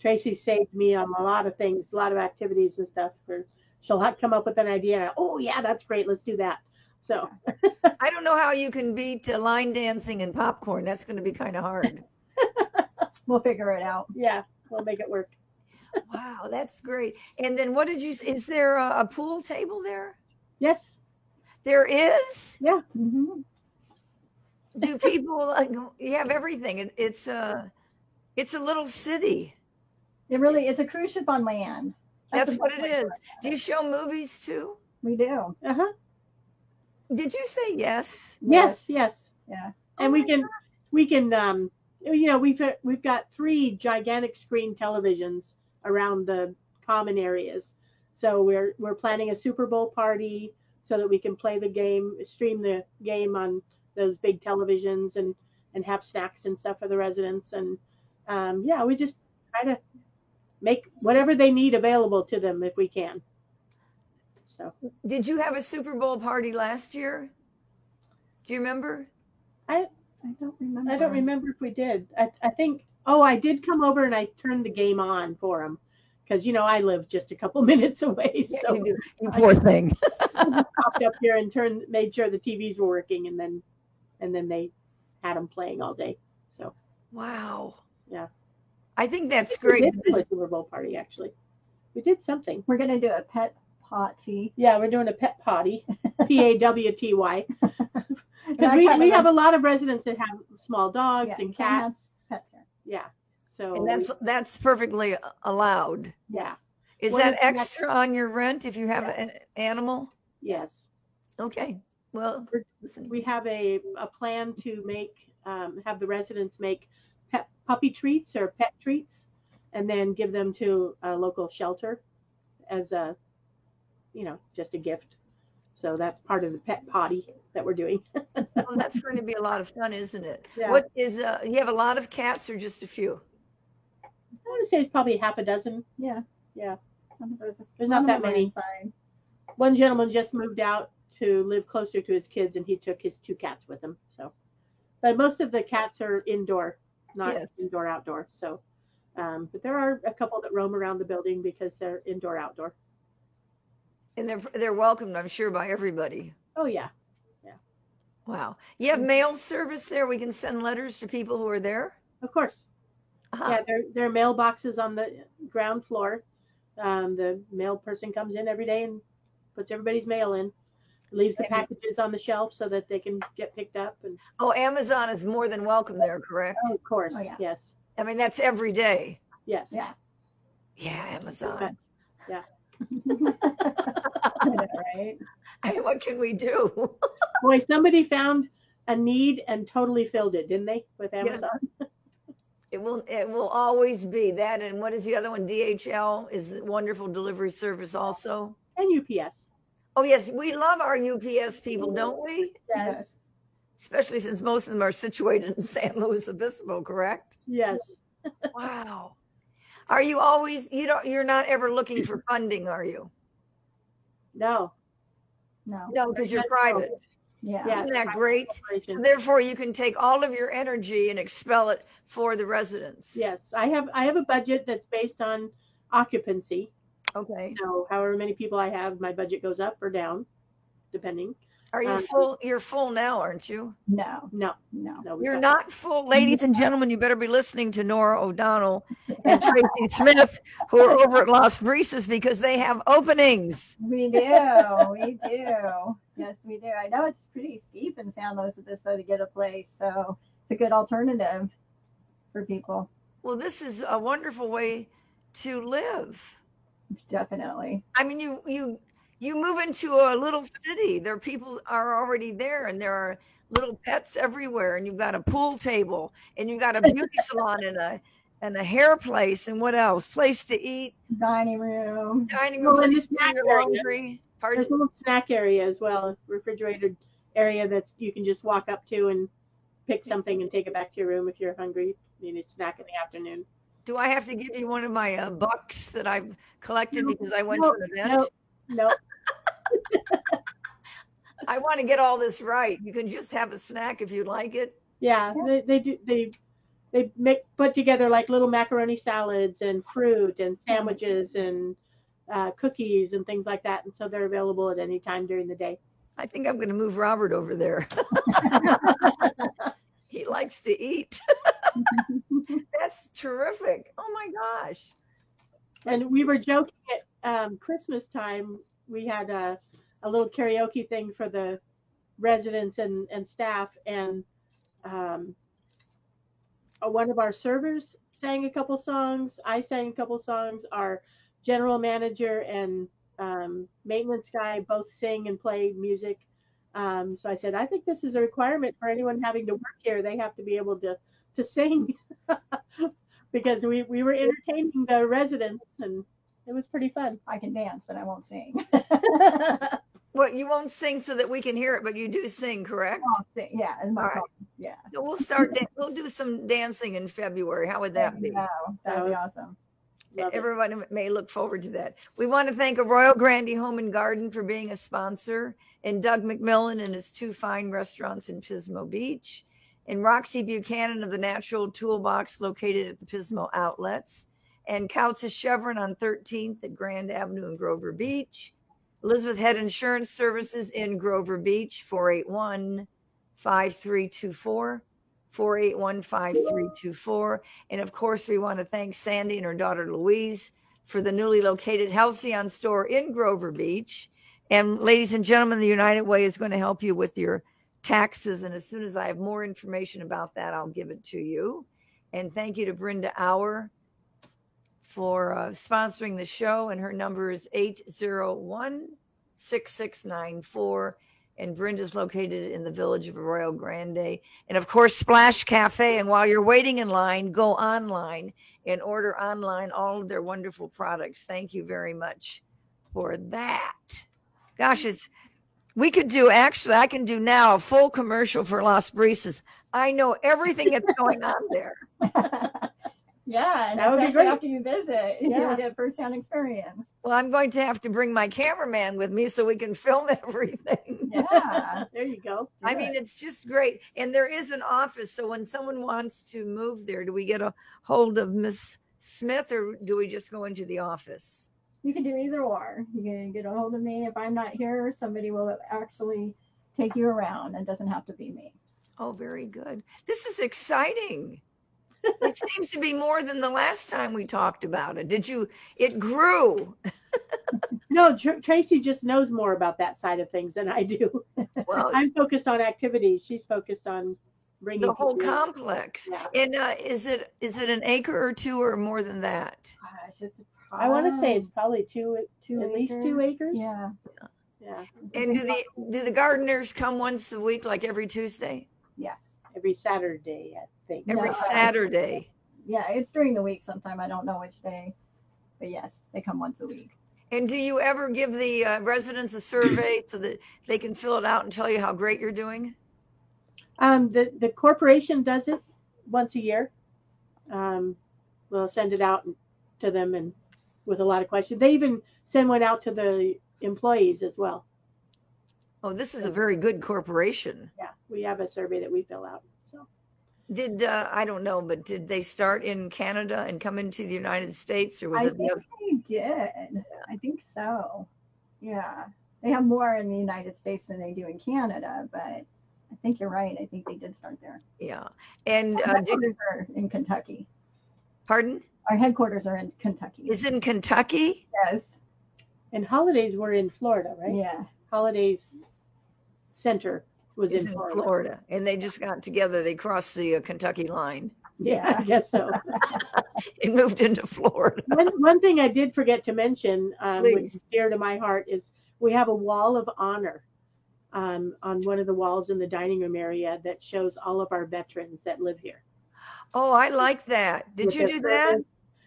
[SPEAKER 4] Tracy saved me on a lot of things, a lot of activities and stuff. Where she'll ha- come up with an idea. And I, oh yeah, that's great. Let's do that. So
[SPEAKER 2] I don't know how you can beat uh, line dancing and popcorn. That's going to be kind of hard.
[SPEAKER 3] We'll figure it out.
[SPEAKER 4] yeah, we'll make it work.
[SPEAKER 2] wow, that's great. And then what did you? s- Is there a, a pool table there?
[SPEAKER 4] Yes.
[SPEAKER 2] There is.
[SPEAKER 3] Mhm.
[SPEAKER 2] Do people like? You have everything. It, it's a, it's a little city.
[SPEAKER 3] It really it's a cruise ship on land.
[SPEAKER 2] That's
[SPEAKER 3] the
[SPEAKER 2] what
[SPEAKER 3] best
[SPEAKER 2] it
[SPEAKER 3] way to
[SPEAKER 2] is.
[SPEAKER 3] put
[SPEAKER 2] Do you show movies too?
[SPEAKER 3] We do.
[SPEAKER 4] Uh huh.
[SPEAKER 2] Did you say yes?
[SPEAKER 4] Yes. Yes.
[SPEAKER 3] Yeah.
[SPEAKER 2] Oh
[SPEAKER 4] And we
[SPEAKER 2] my
[SPEAKER 4] can we can um you know we've we've got three gigantic screen televisions around the common areas. So we're we're planning a Super Bowl party so that we can play the game, stream the game on those big televisions, and and have snacks and stuff for the residents. And um, yeah, we just try to make whatever they need available to them if we can. So
[SPEAKER 2] Did you have a Super Bowl party last year? Do you remember?
[SPEAKER 3] I don't remember.
[SPEAKER 4] I don't remember if we did. I, I think, oh, I did come over and I turned the game on for him because, you know, I live just a couple minutes away.
[SPEAKER 2] Yeah,
[SPEAKER 4] So
[SPEAKER 2] you do. You
[SPEAKER 4] I-
[SPEAKER 2] poor thing.
[SPEAKER 4] popped up here and turned, made sure the TVs were working and then, and then they had them playing all day. So
[SPEAKER 2] Wow.
[SPEAKER 4] Yeah.
[SPEAKER 2] I think that's
[SPEAKER 4] we
[SPEAKER 2] great.
[SPEAKER 4] did play Super Bowl party, actually. We did something.
[SPEAKER 3] We're gonna do a pet potty.
[SPEAKER 4] Yeah, we're doing a pet potty, P A W T Y. Because
[SPEAKER 3] I
[SPEAKER 4] we,
[SPEAKER 3] kinda
[SPEAKER 4] we
[SPEAKER 3] like
[SPEAKER 4] have a lot of residents that have small dogs
[SPEAKER 3] Yeah,
[SPEAKER 4] and
[SPEAKER 3] I have-
[SPEAKER 4] cats.
[SPEAKER 3] pets here.
[SPEAKER 4] Yeah. So,
[SPEAKER 2] And that's that's perfectly allowed.
[SPEAKER 4] yeah.
[SPEAKER 2] Is
[SPEAKER 4] Well,
[SPEAKER 2] that
[SPEAKER 4] it's not-
[SPEAKER 2] extra on your rent if you have
[SPEAKER 4] Yeah.
[SPEAKER 2] an animal?
[SPEAKER 4] Yes.
[SPEAKER 2] Okay. Well,
[SPEAKER 4] We're-
[SPEAKER 2] listen.
[SPEAKER 4] we have a, a plan to make um, have the residents make pet puppy treats or pet treats and then give them to a local shelter as a you know just a gift so that's part of the pet potty that we're doing
[SPEAKER 2] well, that's going to be a lot of fun, isn't it?
[SPEAKER 4] Yeah.
[SPEAKER 2] What is uh, you have a lot of cats or just a few?
[SPEAKER 4] i want to say it's probably half a dozen
[SPEAKER 3] Yeah.
[SPEAKER 4] Yeah.
[SPEAKER 3] There's
[SPEAKER 4] There's not that many. one gentleman just moved out to live closer to his kids and he took his two cats with him so but most of the cats are indoor not
[SPEAKER 2] Yes.
[SPEAKER 4] indoor outdoor so um, but there are a couple that roam around the building because they're indoor outdoor
[SPEAKER 2] And they're they're welcomed, I'm sure, by everybody.
[SPEAKER 4] oh yeah
[SPEAKER 2] Wow. You
[SPEAKER 4] Mm-hmm.
[SPEAKER 2] have mail service there. We can send letters to people who are there.
[SPEAKER 4] Of course.
[SPEAKER 2] Ah,
[SPEAKER 4] Yeah, there, there are mailboxes on the ground floor. Um, the mail person comes in every day and puts everybody's mail in, leaves the
[SPEAKER 2] And-
[SPEAKER 4] packages on the shelf so that they can get picked up. And
[SPEAKER 2] Oh, Amazon is more than welcome there, correct?
[SPEAKER 4] oh, of course,
[SPEAKER 3] Oh, yeah.
[SPEAKER 4] yes,
[SPEAKER 2] I mean, that's every day.
[SPEAKER 4] yes,
[SPEAKER 3] Yeah.
[SPEAKER 2] Yeah,
[SPEAKER 4] much.
[SPEAKER 2] Amazon.
[SPEAKER 3] I know, right?
[SPEAKER 2] I mean, what can we do?
[SPEAKER 4] Boy, somebody found a need and totally filled it, didn't they? With Amazon.
[SPEAKER 2] It will it will always be that. And what is the other one? DHL is a wonderful delivery service also.
[SPEAKER 4] And UPS.
[SPEAKER 2] Oh yes, we love our UPS people, don't we?
[SPEAKER 3] Yes.
[SPEAKER 2] Especially since most of them are situated in San Luis Obispo, correct?
[SPEAKER 4] Yes.
[SPEAKER 2] Wow. Are you always you don't you're not ever looking for funding, are you?
[SPEAKER 4] No.
[SPEAKER 3] No.
[SPEAKER 2] No, because you're
[SPEAKER 4] That's
[SPEAKER 2] private.
[SPEAKER 3] Yeah.
[SPEAKER 4] Yeah.
[SPEAKER 2] Isn't that great? So
[SPEAKER 4] Corporation.
[SPEAKER 2] therefore you can take all of your energy and expel it for the residents.
[SPEAKER 4] Yes, I have. I have a budget that's based on occupancy.
[SPEAKER 2] Okay.
[SPEAKER 4] So however many people I have, my budget goes up or down, depending.
[SPEAKER 2] Are you
[SPEAKER 4] Um,
[SPEAKER 2] full you're full now, aren't you?
[SPEAKER 3] No.
[SPEAKER 4] No,
[SPEAKER 3] No.
[SPEAKER 4] no, we
[SPEAKER 2] You're
[SPEAKER 4] don't.
[SPEAKER 2] not full, ladies and gentlemen. You better be listening to Nora O'Donnell and Tracy Smith, who are over at Las Brisas because they have openings.
[SPEAKER 3] We do. We do. Yes, we do. I know it's pretty steep in San Luis Obispo to get a place, so it's a good alternative for people.
[SPEAKER 2] Well, this is a wonderful way to live.
[SPEAKER 3] Definitely.
[SPEAKER 2] I mean, you you you move into a little city. There, people are already there, and there are little pets everywhere. And you've got a pool table, and you've got a beauty salon, and a and a hair place, and what else? Place to eat,
[SPEAKER 3] Dining room.
[SPEAKER 2] dining
[SPEAKER 4] Well,
[SPEAKER 2] room,
[SPEAKER 4] and
[SPEAKER 2] place to
[SPEAKER 4] the
[SPEAKER 2] do your
[SPEAKER 4] snack area.
[SPEAKER 2] laundry. Pardon?
[SPEAKER 4] There's a little snack area as well, a refrigerated area that you can just walk up to and pick something and take it back to your room if you're hungry. You need a snack in the afternoon.
[SPEAKER 2] Do I have to give you one of my uh, bucks that I've collected
[SPEAKER 4] No,
[SPEAKER 2] because I went
[SPEAKER 4] no,
[SPEAKER 2] to an event?
[SPEAKER 4] no. No,
[SPEAKER 2] I want to get all this right. You can just have a snack if you like it.
[SPEAKER 4] yeah, they, they do they they make put together like little macaroni salads and fruit and sandwiches and uh, cookies and things like that, and so they're available at any time during the day.
[SPEAKER 2] I think I'm going to move Robert over there. he likes to eat. That's terrific. Oh my gosh.
[SPEAKER 4] And we were joking at um, Christmas time. We had a, a little karaoke thing for the residents and, and staff, and um, uh, one of our servers sang a couple songs. I sang a couple songs. Our general manager and um, maintenance guy both sing and play music. Um, so I said, I think this is a requirement for anyone having to work here. They have to be able to to sing because we, we were entertaining the residents and it was pretty fun.
[SPEAKER 3] I can dance, but I won't sing.
[SPEAKER 2] Well, you won't sing so that we can hear it, but you do sing, correct?
[SPEAKER 3] I'll sing. Yeah, it's my
[SPEAKER 2] All right.
[SPEAKER 3] problem. Yeah.
[SPEAKER 2] So we'll start. Dan- we'll do some dancing in February. How would that be?
[SPEAKER 3] Wow, that'd be awesome.
[SPEAKER 4] Love it.
[SPEAKER 2] Everyone may look forward to that. We want to thank a Royal Grandy Home and Garden for being a sponsor, and Doug McMillan and his two fine restaurants in Pismo Beach, and Roxy Buchanan of the Natural Toolbox located at the Pismo Outlets, and Couch's Chevron on 13th at Grand Avenue and Grover Beach, Elizabeth Head Insurance Services in Grover Beach, 481 5324. 481 5324. And of course, we want to thank Sandy and her daughter Louise for the newly located Halcyon store in Grover Beach. And ladies and gentlemen, the United Way is going to help you with your taxes. And as soon as I have more information about that, I'll give it to you. And thank you to Brenda Auer for uh, sponsoring the show. And her number is 801 6694. And Brenda's located in the village of Royal Grande and of course splash cafe and while you're waiting in line go online and order online all of their wonderful products thank you very much for that gosh it's we could do actually i can do now a full commercial for las brisas i know everything that's going on there
[SPEAKER 3] yeah, and
[SPEAKER 4] That would be
[SPEAKER 3] especially
[SPEAKER 4] great.
[SPEAKER 3] after you visit,
[SPEAKER 4] Yeah.
[SPEAKER 3] you'll get firsthand experience.
[SPEAKER 2] well i'm going to have to bring my cameraman with me so we can film everything
[SPEAKER 3] Yeah.
[SPEAKER 4] there you go.
[SPEAKER 3] do
[SPEAKER 2] I mean,
[SPEAKER 3] it.
[SPEAKER 2] it's just great. And there is an office. So when someone wants to move there, do we get a hold of Miss Smith or do we just go into the office?
[SPEAKER 3] you can do either or. You can get a hold of me. If I'm not here, somebody will actually take you around and doesn't have to be me.
[SPEAKER 2] Oh, very good. This is exciting. it seems to be more than the last time we talked about it. Did you? It grew.
[SPEAKER 4] No, Tr- Tracy just knows more about that side of things than I do.
[SPEAKER 2] Well,
[SPEAKER 4] I'm focused on activities. She's focused on bringing
[SPEAKER 2] the whole
[SPEAKER 4] people in.
[SPEAKER 2] complex.
[SPEAKER 4] Yeah.
[SPEAKER 2] And uh, is it is it an acre or two or more than that?
[SPEAKER 3] Gosh, it's
[SPEAKER 4] I want to
[SPEAKER 2] Oh.
[SPEAKER 4] say it's
[SPEAKER 3] probably
[SPEAKER 4] probably two,
[SPEAKER 3] two
[SPEAKER 4] at least two acres.
[SPEAKER 3] Yeah.
[SPEAKER 4] Yeah.
[SPEAKER 2] And do the do the gardeners come once a week, like every Tuesday,
[SPEAKER 3] Yes.
[SPEAKER 4] Every Saturday, I think.
[SPEAKER 2] every
[SPEAKER 3] No, I-
[SPEAKER 2] Saturday?
[SPEAKER 3] Yeah, it's during the week sometime. I don't know which day, but yes, they come once a week.
[SPEAKER 2] And do you ever give the uh, residents a survey so that they can fill it out and tell you how great you're doing?
[SPEAKER 4] Um, the, the corporation does it once a year. Um, we'll send it out to them and with a lot of questions. They even send one out to the employees as well.
[SPEAKER 2] Oh, this is a very good corporation.
[SPEAKER 4] Yeah, we have a survey that we fill out. So
[SPEAKER 2] Did uh, I don't know, but did they start in Canada and come into the United States, or was
[SPEAKER 3] I
[SPEAKER 2] it the
[SPEAKER 3] think
[SPEAKER 2] other?
[SPEAKER 3] they did. I think so. Yeah. They have more in the United States than they do in Canada, but I think you're right. I think they did start there.
[SPEAKER 2] Yeah. And
[SPEAKER 3] Our
[SPEAKER 2] uh, did,
[SPEAKER 3] headquarters are in Kentucky.
[SPEAKER 2] pardon
[SPEAKER 3] Our headquarters are in Kentucky.
[SPEAKER 2] is in Kentucky.
[SPEAKER 3] yes.
[SPEAKER 4] and holidays were in Florida, right?
[SPEAKER 3] Yeah.
[SPEAKER 4] Holidays Center was
[SPEAKER 2] It's
[SPEAKER 4] in,
[SPEAKER 2] in
[SPEAKER 4] Florida.
[SPEAKER 2] Florida, and they just got together. They crossed the uh, Kentucky line
[SPEAKER 4] Yeah, I guess so.
[SPEAKER 2] and moved into Florida.
[SPEAKER 4] one, one thing I did forget to mention, um, which
[SPEAKER 2] Please.
[SPEAKER 4] is dear to my heart, is we have a wall of honor um, on one of the walls in the dining room area that shows all of our veterans that live here.
[SPEAKER 2] Oh, I like that. Did
[SPEAKER 4] With
[SPEAKER 2] you
[SPEAKER 4] their
[SPEAKER 2] do that?
[SPEAKER 4] service.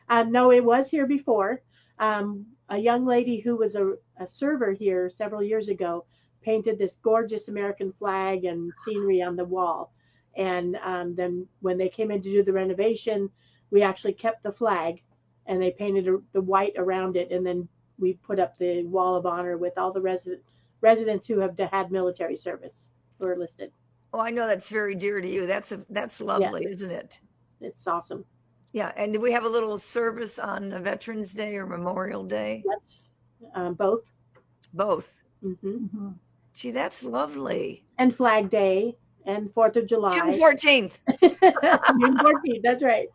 [SPEAKER 4] Um, no, it was here before. Um, a young lady who was a, a server here several years ago painted this gorgeous American flag and scenery on the wall. And um, then when they came in to do the renovation, we actually kept the flag and they painted a, the white around it. And then we put up the wall of honor with all the resident, residents who have had military service who are listed.
[SPEAKER 2] Oh, I know that's very dear to you. That's a, that's lovely, isn't it?
[SPEAKER 4] It's awesome.
[SPEAKER 2] Yeah, and did we have a little service on uh, Veterans Day or Memorial Day?
[SPEAKER 4] That's um, both.
[SPEAKER 2] Both.
[SPEAKER 4] hmm
[SPEAKER 3] hmm
[SPEAKER 2] Gee, that's lovely.
[SPEAKER 4] and Flag Day and Fourth of July.
[SPEAKER 2] June fourteenth
[SPEAKER 4] June 14th, That's right.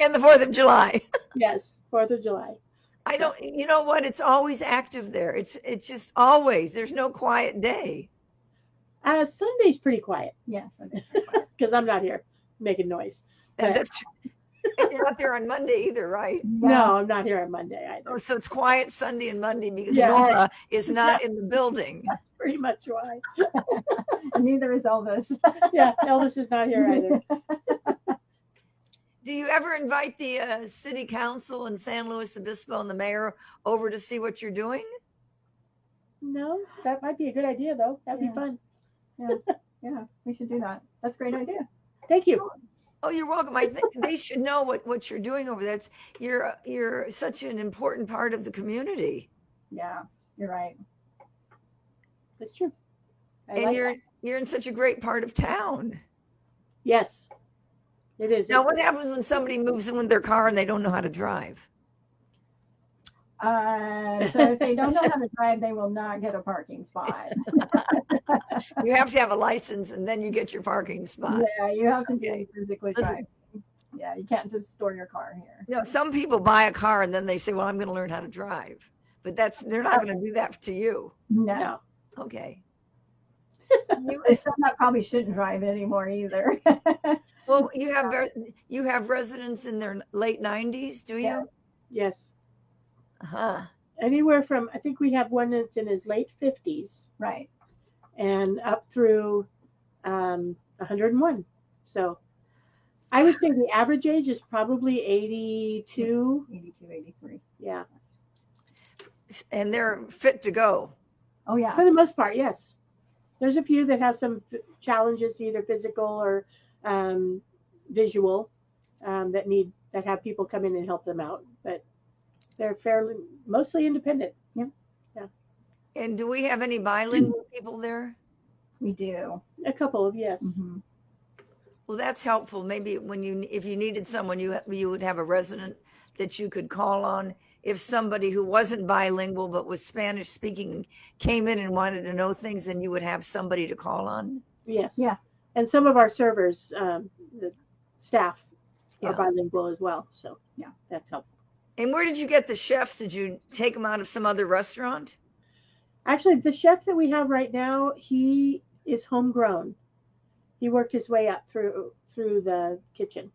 [SPEAKER 2] and the Fourth of July.
[SPEAKER 4] Yes. Fourth of July.
[SPEAKER 2] I don't. You know what? It's always active there. It's it's just always. There's no quiet day.
[SPEAKER 4] Uh, Sunday's pretty quiet
[SPEAKER 3] Yes. I did.
[SPEAKER 4] because I'm not here making noise.
[SPEAKER 2] And
[SPEAKER 4] Right.
[SPEAKER 2] that's and you're not there on Monday either, right?
[SPEAKER 4] No, I'm not here on Monday either.
[SPEAKER 2] Oh, so it's quiet Sunday and Monday because
[SPEAKER 4] Yeah.
[SPEAKER 2] Nora is not in the building.
[SPEAKER 4] Pretty much why.
[SPEAKER 3] Yeah, and neither is Elvis.
[SPEAKER 4] Yeah, Elvis is not here either.
[SPEAKER 2] Do you ever invite the uh, city council in San Luis Obispo and the mayor over to see what you're doing?
[SPEAKER 4] No, that might be a good idea though. That'd
[SPEAKER 3] Yeah.
[SPEAKER 4] be fun.
[SPEAKER 3] yeah, we should do that. That's a great idea.
[SPEAKER 4] Thank you.
[SPEAKER 2] Oh, you're welcome. I think they should know what, what you're doing over there. It's, you're you're such an important part of the community,
[SPEAKER 3] Yeah, you're right.
[SPEAKER 4] It's true. I
[SPEAKER 2] and
[SPEAKER 4] like
[SPEAKER 2] you're
[SPEAKER 4] that.
[SPEAKER 2] you're in such a great part of town.
[SPEAKER 4] yes, it is.
[SPEAKER 2] Now, what happens when somebody moves in with their car and they don't know how to drive?
[SPEAKER 3] Uh, so if they don't know how to drive, they will not get a parking spot.
[SPEAKER 2] You have to have a license and then you get your parking spot.
[SPEAKER 3] Yeah, you have to
[SPEAKER 2] Okay.
[SPEAKER 3] be physically
[SPEAKER 2] Doesn't-
[SPEAKER 3] driving. Yeah, you can't just store your car here.
[SPEAKER 2] No, some people buy a car and then they say, "Well, I'm going to learn how to drive," but that's they're not going to do that to you.
[SPEAKER 3] No,
[SPEAKER 4] No,
[SPEAKER 2] Okay. you,
[SPEAKER 3] I probably shouldn't drive anymore either.
[SPEAKER 2] well, you have
[SPEAKER 4] uh,
[SPEAKER 2] re- you have residents in their late 90s, do you? Uh-huh.
[SPEAKER 3] Yeah.
[SPEAKER 4] yes.
[SPEAKER 2] Huh.
[SPEAKER 4] Anywhere from I think we have one that's in his late fifties
[SPEAKER 3] right.
[SPEAKER 4] and up through um, 101. So I would say the average age is probably 82.
[SPEAKER 3] 82, 83.
[SPEAKER 4] Yeah,
[SPEAKER 2] And they're fit to go.
[SPEAKER 3] Oh, yeah.
[SPEAKER 4] for the most part, yes. There's a few that have some f- challenges, either physical or um, visual, um, that need that have people come in and help them out. But they're fairly mostly independent.
[SPEAKER 2] And do we have any bilingual people there?
[SPEAKER 3] We do.
[SPEAKER 4] A couple of yes,
[SPEAKER 3] Mhm.
[SPEAKER 2] Well, that's helpful. Maybe when you if you needed someone, you you would have a resident that you could call on. If somebody who wasn't bilingual but was Spanish speaking came in and wanted to know things, then you would have somebody to call on.
[SPEAKER 4] yes,
[SPEAKER 3] Mm-hmm. Yeah.
[SPEAKER 4] And some of our servers, um, the staff,
[SPEAKER 2] Yeah.
[SPEAKER 4] are bilingual as well. So
[SPEAKER 3] Yeah.
[SPEAKER 4] that's helpful.
[SPEAKER 2] And where did you get the chefs? Did you take them out of some other restaurant?
[SPEAKER 4] Actually, the chef that we have right now, he is homegrown. He worked his way up through through the kitchen,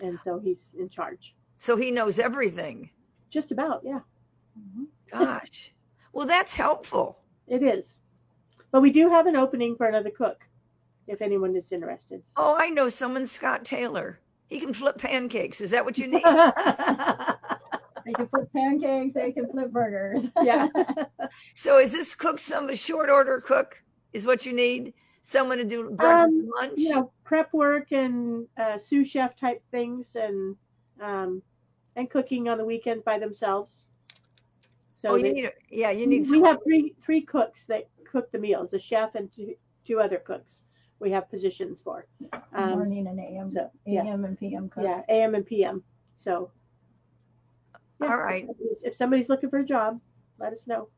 [SPEAKER 4] and so he's in charge.
[SPEAKER 2] So he knows everything.
[SPEAKER 4] Just about, yeah, Mm-hmm.
[SPEAKER 3] Mhm.
[SPEAKER 2] Gosh. Well, that's helpful.
[SPEAKER 4] it is. But we do have an opening for another cook, if anyone is interested.
[SPEAKER 2] Oh, I know someone, Scott Taylor. He can flip pancakes. Is that what you need?
[SPEAKER 3] They can flip pancakes, they can flip burgers.
[SPEAKER 4] yeah,
[SPEAKER 2] so is this cook some a short order cook is what you need? Someone to do breakfast
[SPEAKER 4] Um,
[SPEAKER 2] lunch?
[SPEAKER 4] you know, prep work and uh, sous chef type things, and um, and cooking on the weekend by themselves. So
[SPEAKER 2] oh, you
[SPEAKER 4] they-
[SPEAKER 2] need a, yeah, you need
[SPEAKER 4] We
[SPEAKER 2] someone.
[SPEAKER 4] have three three cooks that cook the meals, the chef and two, two other cooks. We have positions for. Um,
[SPEAKER 3] Morning and AM,
[SPEAKER 4] so, yeah.
[SPEAKER 3] AM and PM cook.
[SPEAKER 4] yeah, AM and PM. So. yeah,
[SPEAKER 2] All right.
[SPEAKER 4] If somebody's, if somebody's looking for a job, let us know.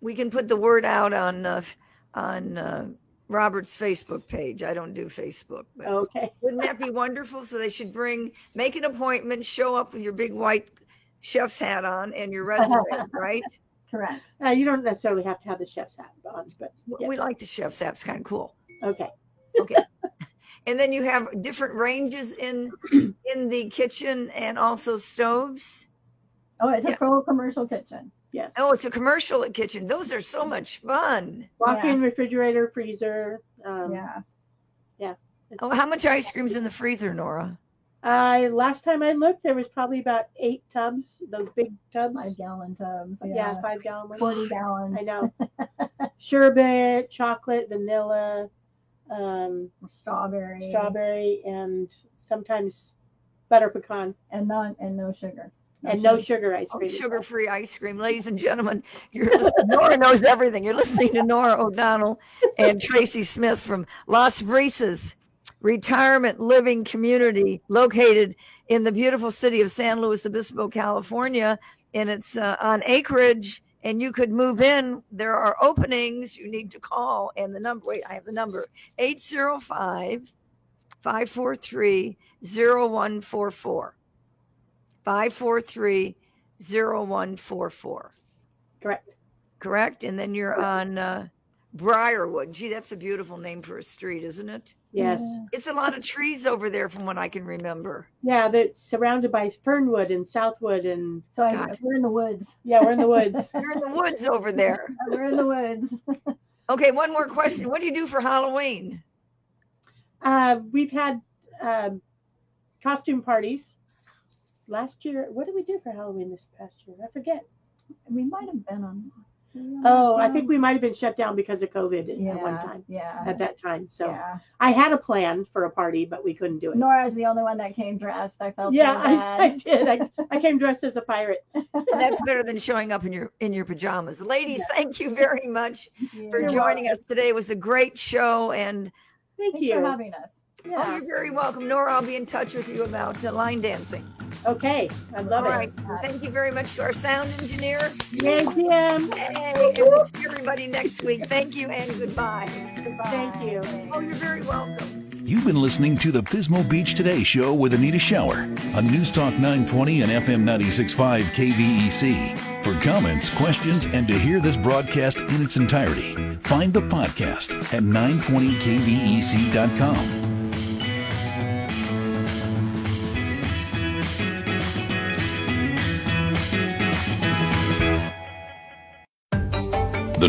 [SPEAKER 2] we can put the word out on uh, f- on uh, Robert's Facebook page. I don't do Facebook, but
[SPEAKER 4] Okay.
[SPEAKER 2] wouldn't that be wonderful? So they should bring, make an appointment, show up with your big white chef's hat on and your resume, right?
[SPEAKER 3] Correct.
[SPEAKER 4] Uh, you don't necessarily have to have the chef's hat on, but
[SPEAKER 2] W We like the chef's hat; it's kind of cool.
[SPEAKER 4] okay.
[SPEAKER 2] And then you have different ranges in in the kitchen and also stoves.
[SPEAKER 3] Oh, it's
[SPEAKER 2] Yeah.
[SPEAKER 3] a pro commercial kitchen.
[SPEAKER 4] Yes.
[SPEAKER 2] Oh, it's a commercial kitchen. Those are so much fun.
[SPEAKER 4] Walk-in refrigerator, freezer. Um,
[SPEAKER 3] Yeah.
[SPEAKER 2] Oh, how much ice cream's in the freezer, Nora?
[SPEAKER 4] I last time I looked, there was probably about eight tubs, those big tubs.
[SPEAKER 3] Five gallon tubs.
[SPEAKER 4] yeah.
[SPEAKER 3] Yeah.
[SPEAKER 4] five gallon ones.
[SPEAKER 3] 40 gallons.
[SPEAKER 4] I know. Sherbet, chocolate, vanilla, um,
[SPEAKER 3] Strawberry.
[SPEAKER 4] strawberry, and sometimes butter pecan,
[SPEAKER 3] And not, and no sugar.
[SPEAKER 4] and no sugar ice
[SPEAKER 2] Oh,
[SPEAKER 4] cream.
[SPEAKER 2] sugar free ice cream. Ladies and gentlemen, you're listening, Nora knows everything. You're listening to Nora O'Donnell and Tracy Smith from Las Brisas Retirement Living Community, located in the beautiful city of San Luis Obispo, California. And it's uh, on acreage, and you could move in. There are openings. You need to call. And the number, wait, I have the number 805 543 0144. 543 0144,
[SPEAKER 4] Correct.
[SPEAKER 2] correct? And then you're on uh, Briarwood. Gee, that's a beautiful name for a street, isn't it?
[SPEAKER 4] Yes.
[SPEAKER 2] It's a lot of trees over there from what I can remember.
[SPEAKER 4] Yeah, that's surrounded by Fernwood and Southwood, and
[SPEAKER 3] So I,
[SPEAKER 2] Gotcha.
[SPEAKER 3] we're in the woods.
[SPEAKER 4] yeah, we're in the woods.
[SPEAKER 2] You're in the woods over there.
[SPEAKER 3] We're in the woods.
[SPEAKER 2] Okay, one more question. What do you do for Halloween?
[SPEAKER 4] Uh, we've had um, costume parties last year. What did we do for Halloween this past year? I forget.
[SPEAKER 3] We might have been on.
[SPEAKER 4] Oh, I think we might have been shut down because of COVID at-
[SPEAKER 3] Yeah.
[SPEAKER 4] at one time.
[SPEAKER 3] Yeah.
[SPEAKER 4] At that time, so
[SPEAKER 3] Yeah.
[SPEAKER 4] I had a plan for a party, but we couldn't do it.
[SPEAKER 3] Nora's the only one that came dressed. I felt so
[SPEAKER 4] yeah, I, I
[SPEAKER 3] bad.
[SPEAKER 4] did. I, I came dressed as a pirate.
[SPEAKER 2] That's better than showing up in your in your pajamas. Ladies, thank you very much for
[SPEAKER 4] You're
[SPEAKER 2] joining us today. It was a great show and
[SPEAKER 4] Thank
[SPEAKER 3] Thanks
[SPEAKER 4] you.
[SPEAKER 3] for having us.
[SPEAKER 2] oh,
[SPEAKER 4] Yeah.
[SPEAKER 2] you're very welcome. Nora, I'll be in touch with you about uh, line dancing.
[SPEAKER 4] Okay, I
[SPEAKER 2] All
[SPEAKER 4] love
[SPEAKER 2] right.
[SPEAKER 4] it.
[SPEAKER 2] Thank you very much to our sound engineer.
[SPEAKER 4] Yay, Kim.
[SPEAKER 2] Hey, and we'll see everybody next week. Thank you and goodbye.
[SPEAKER 4] Thank you.
[SPEAKER 2] Oh, you're very welcome.
[SPEAKER 1] You've been listening to the Pismo Beach Today Show with Anita Shower on News Talk 920 and FM 965 KVEC. E For comments, questions, and to hear this broadcast in its entirety, find the podcast at E 920kvec.com. The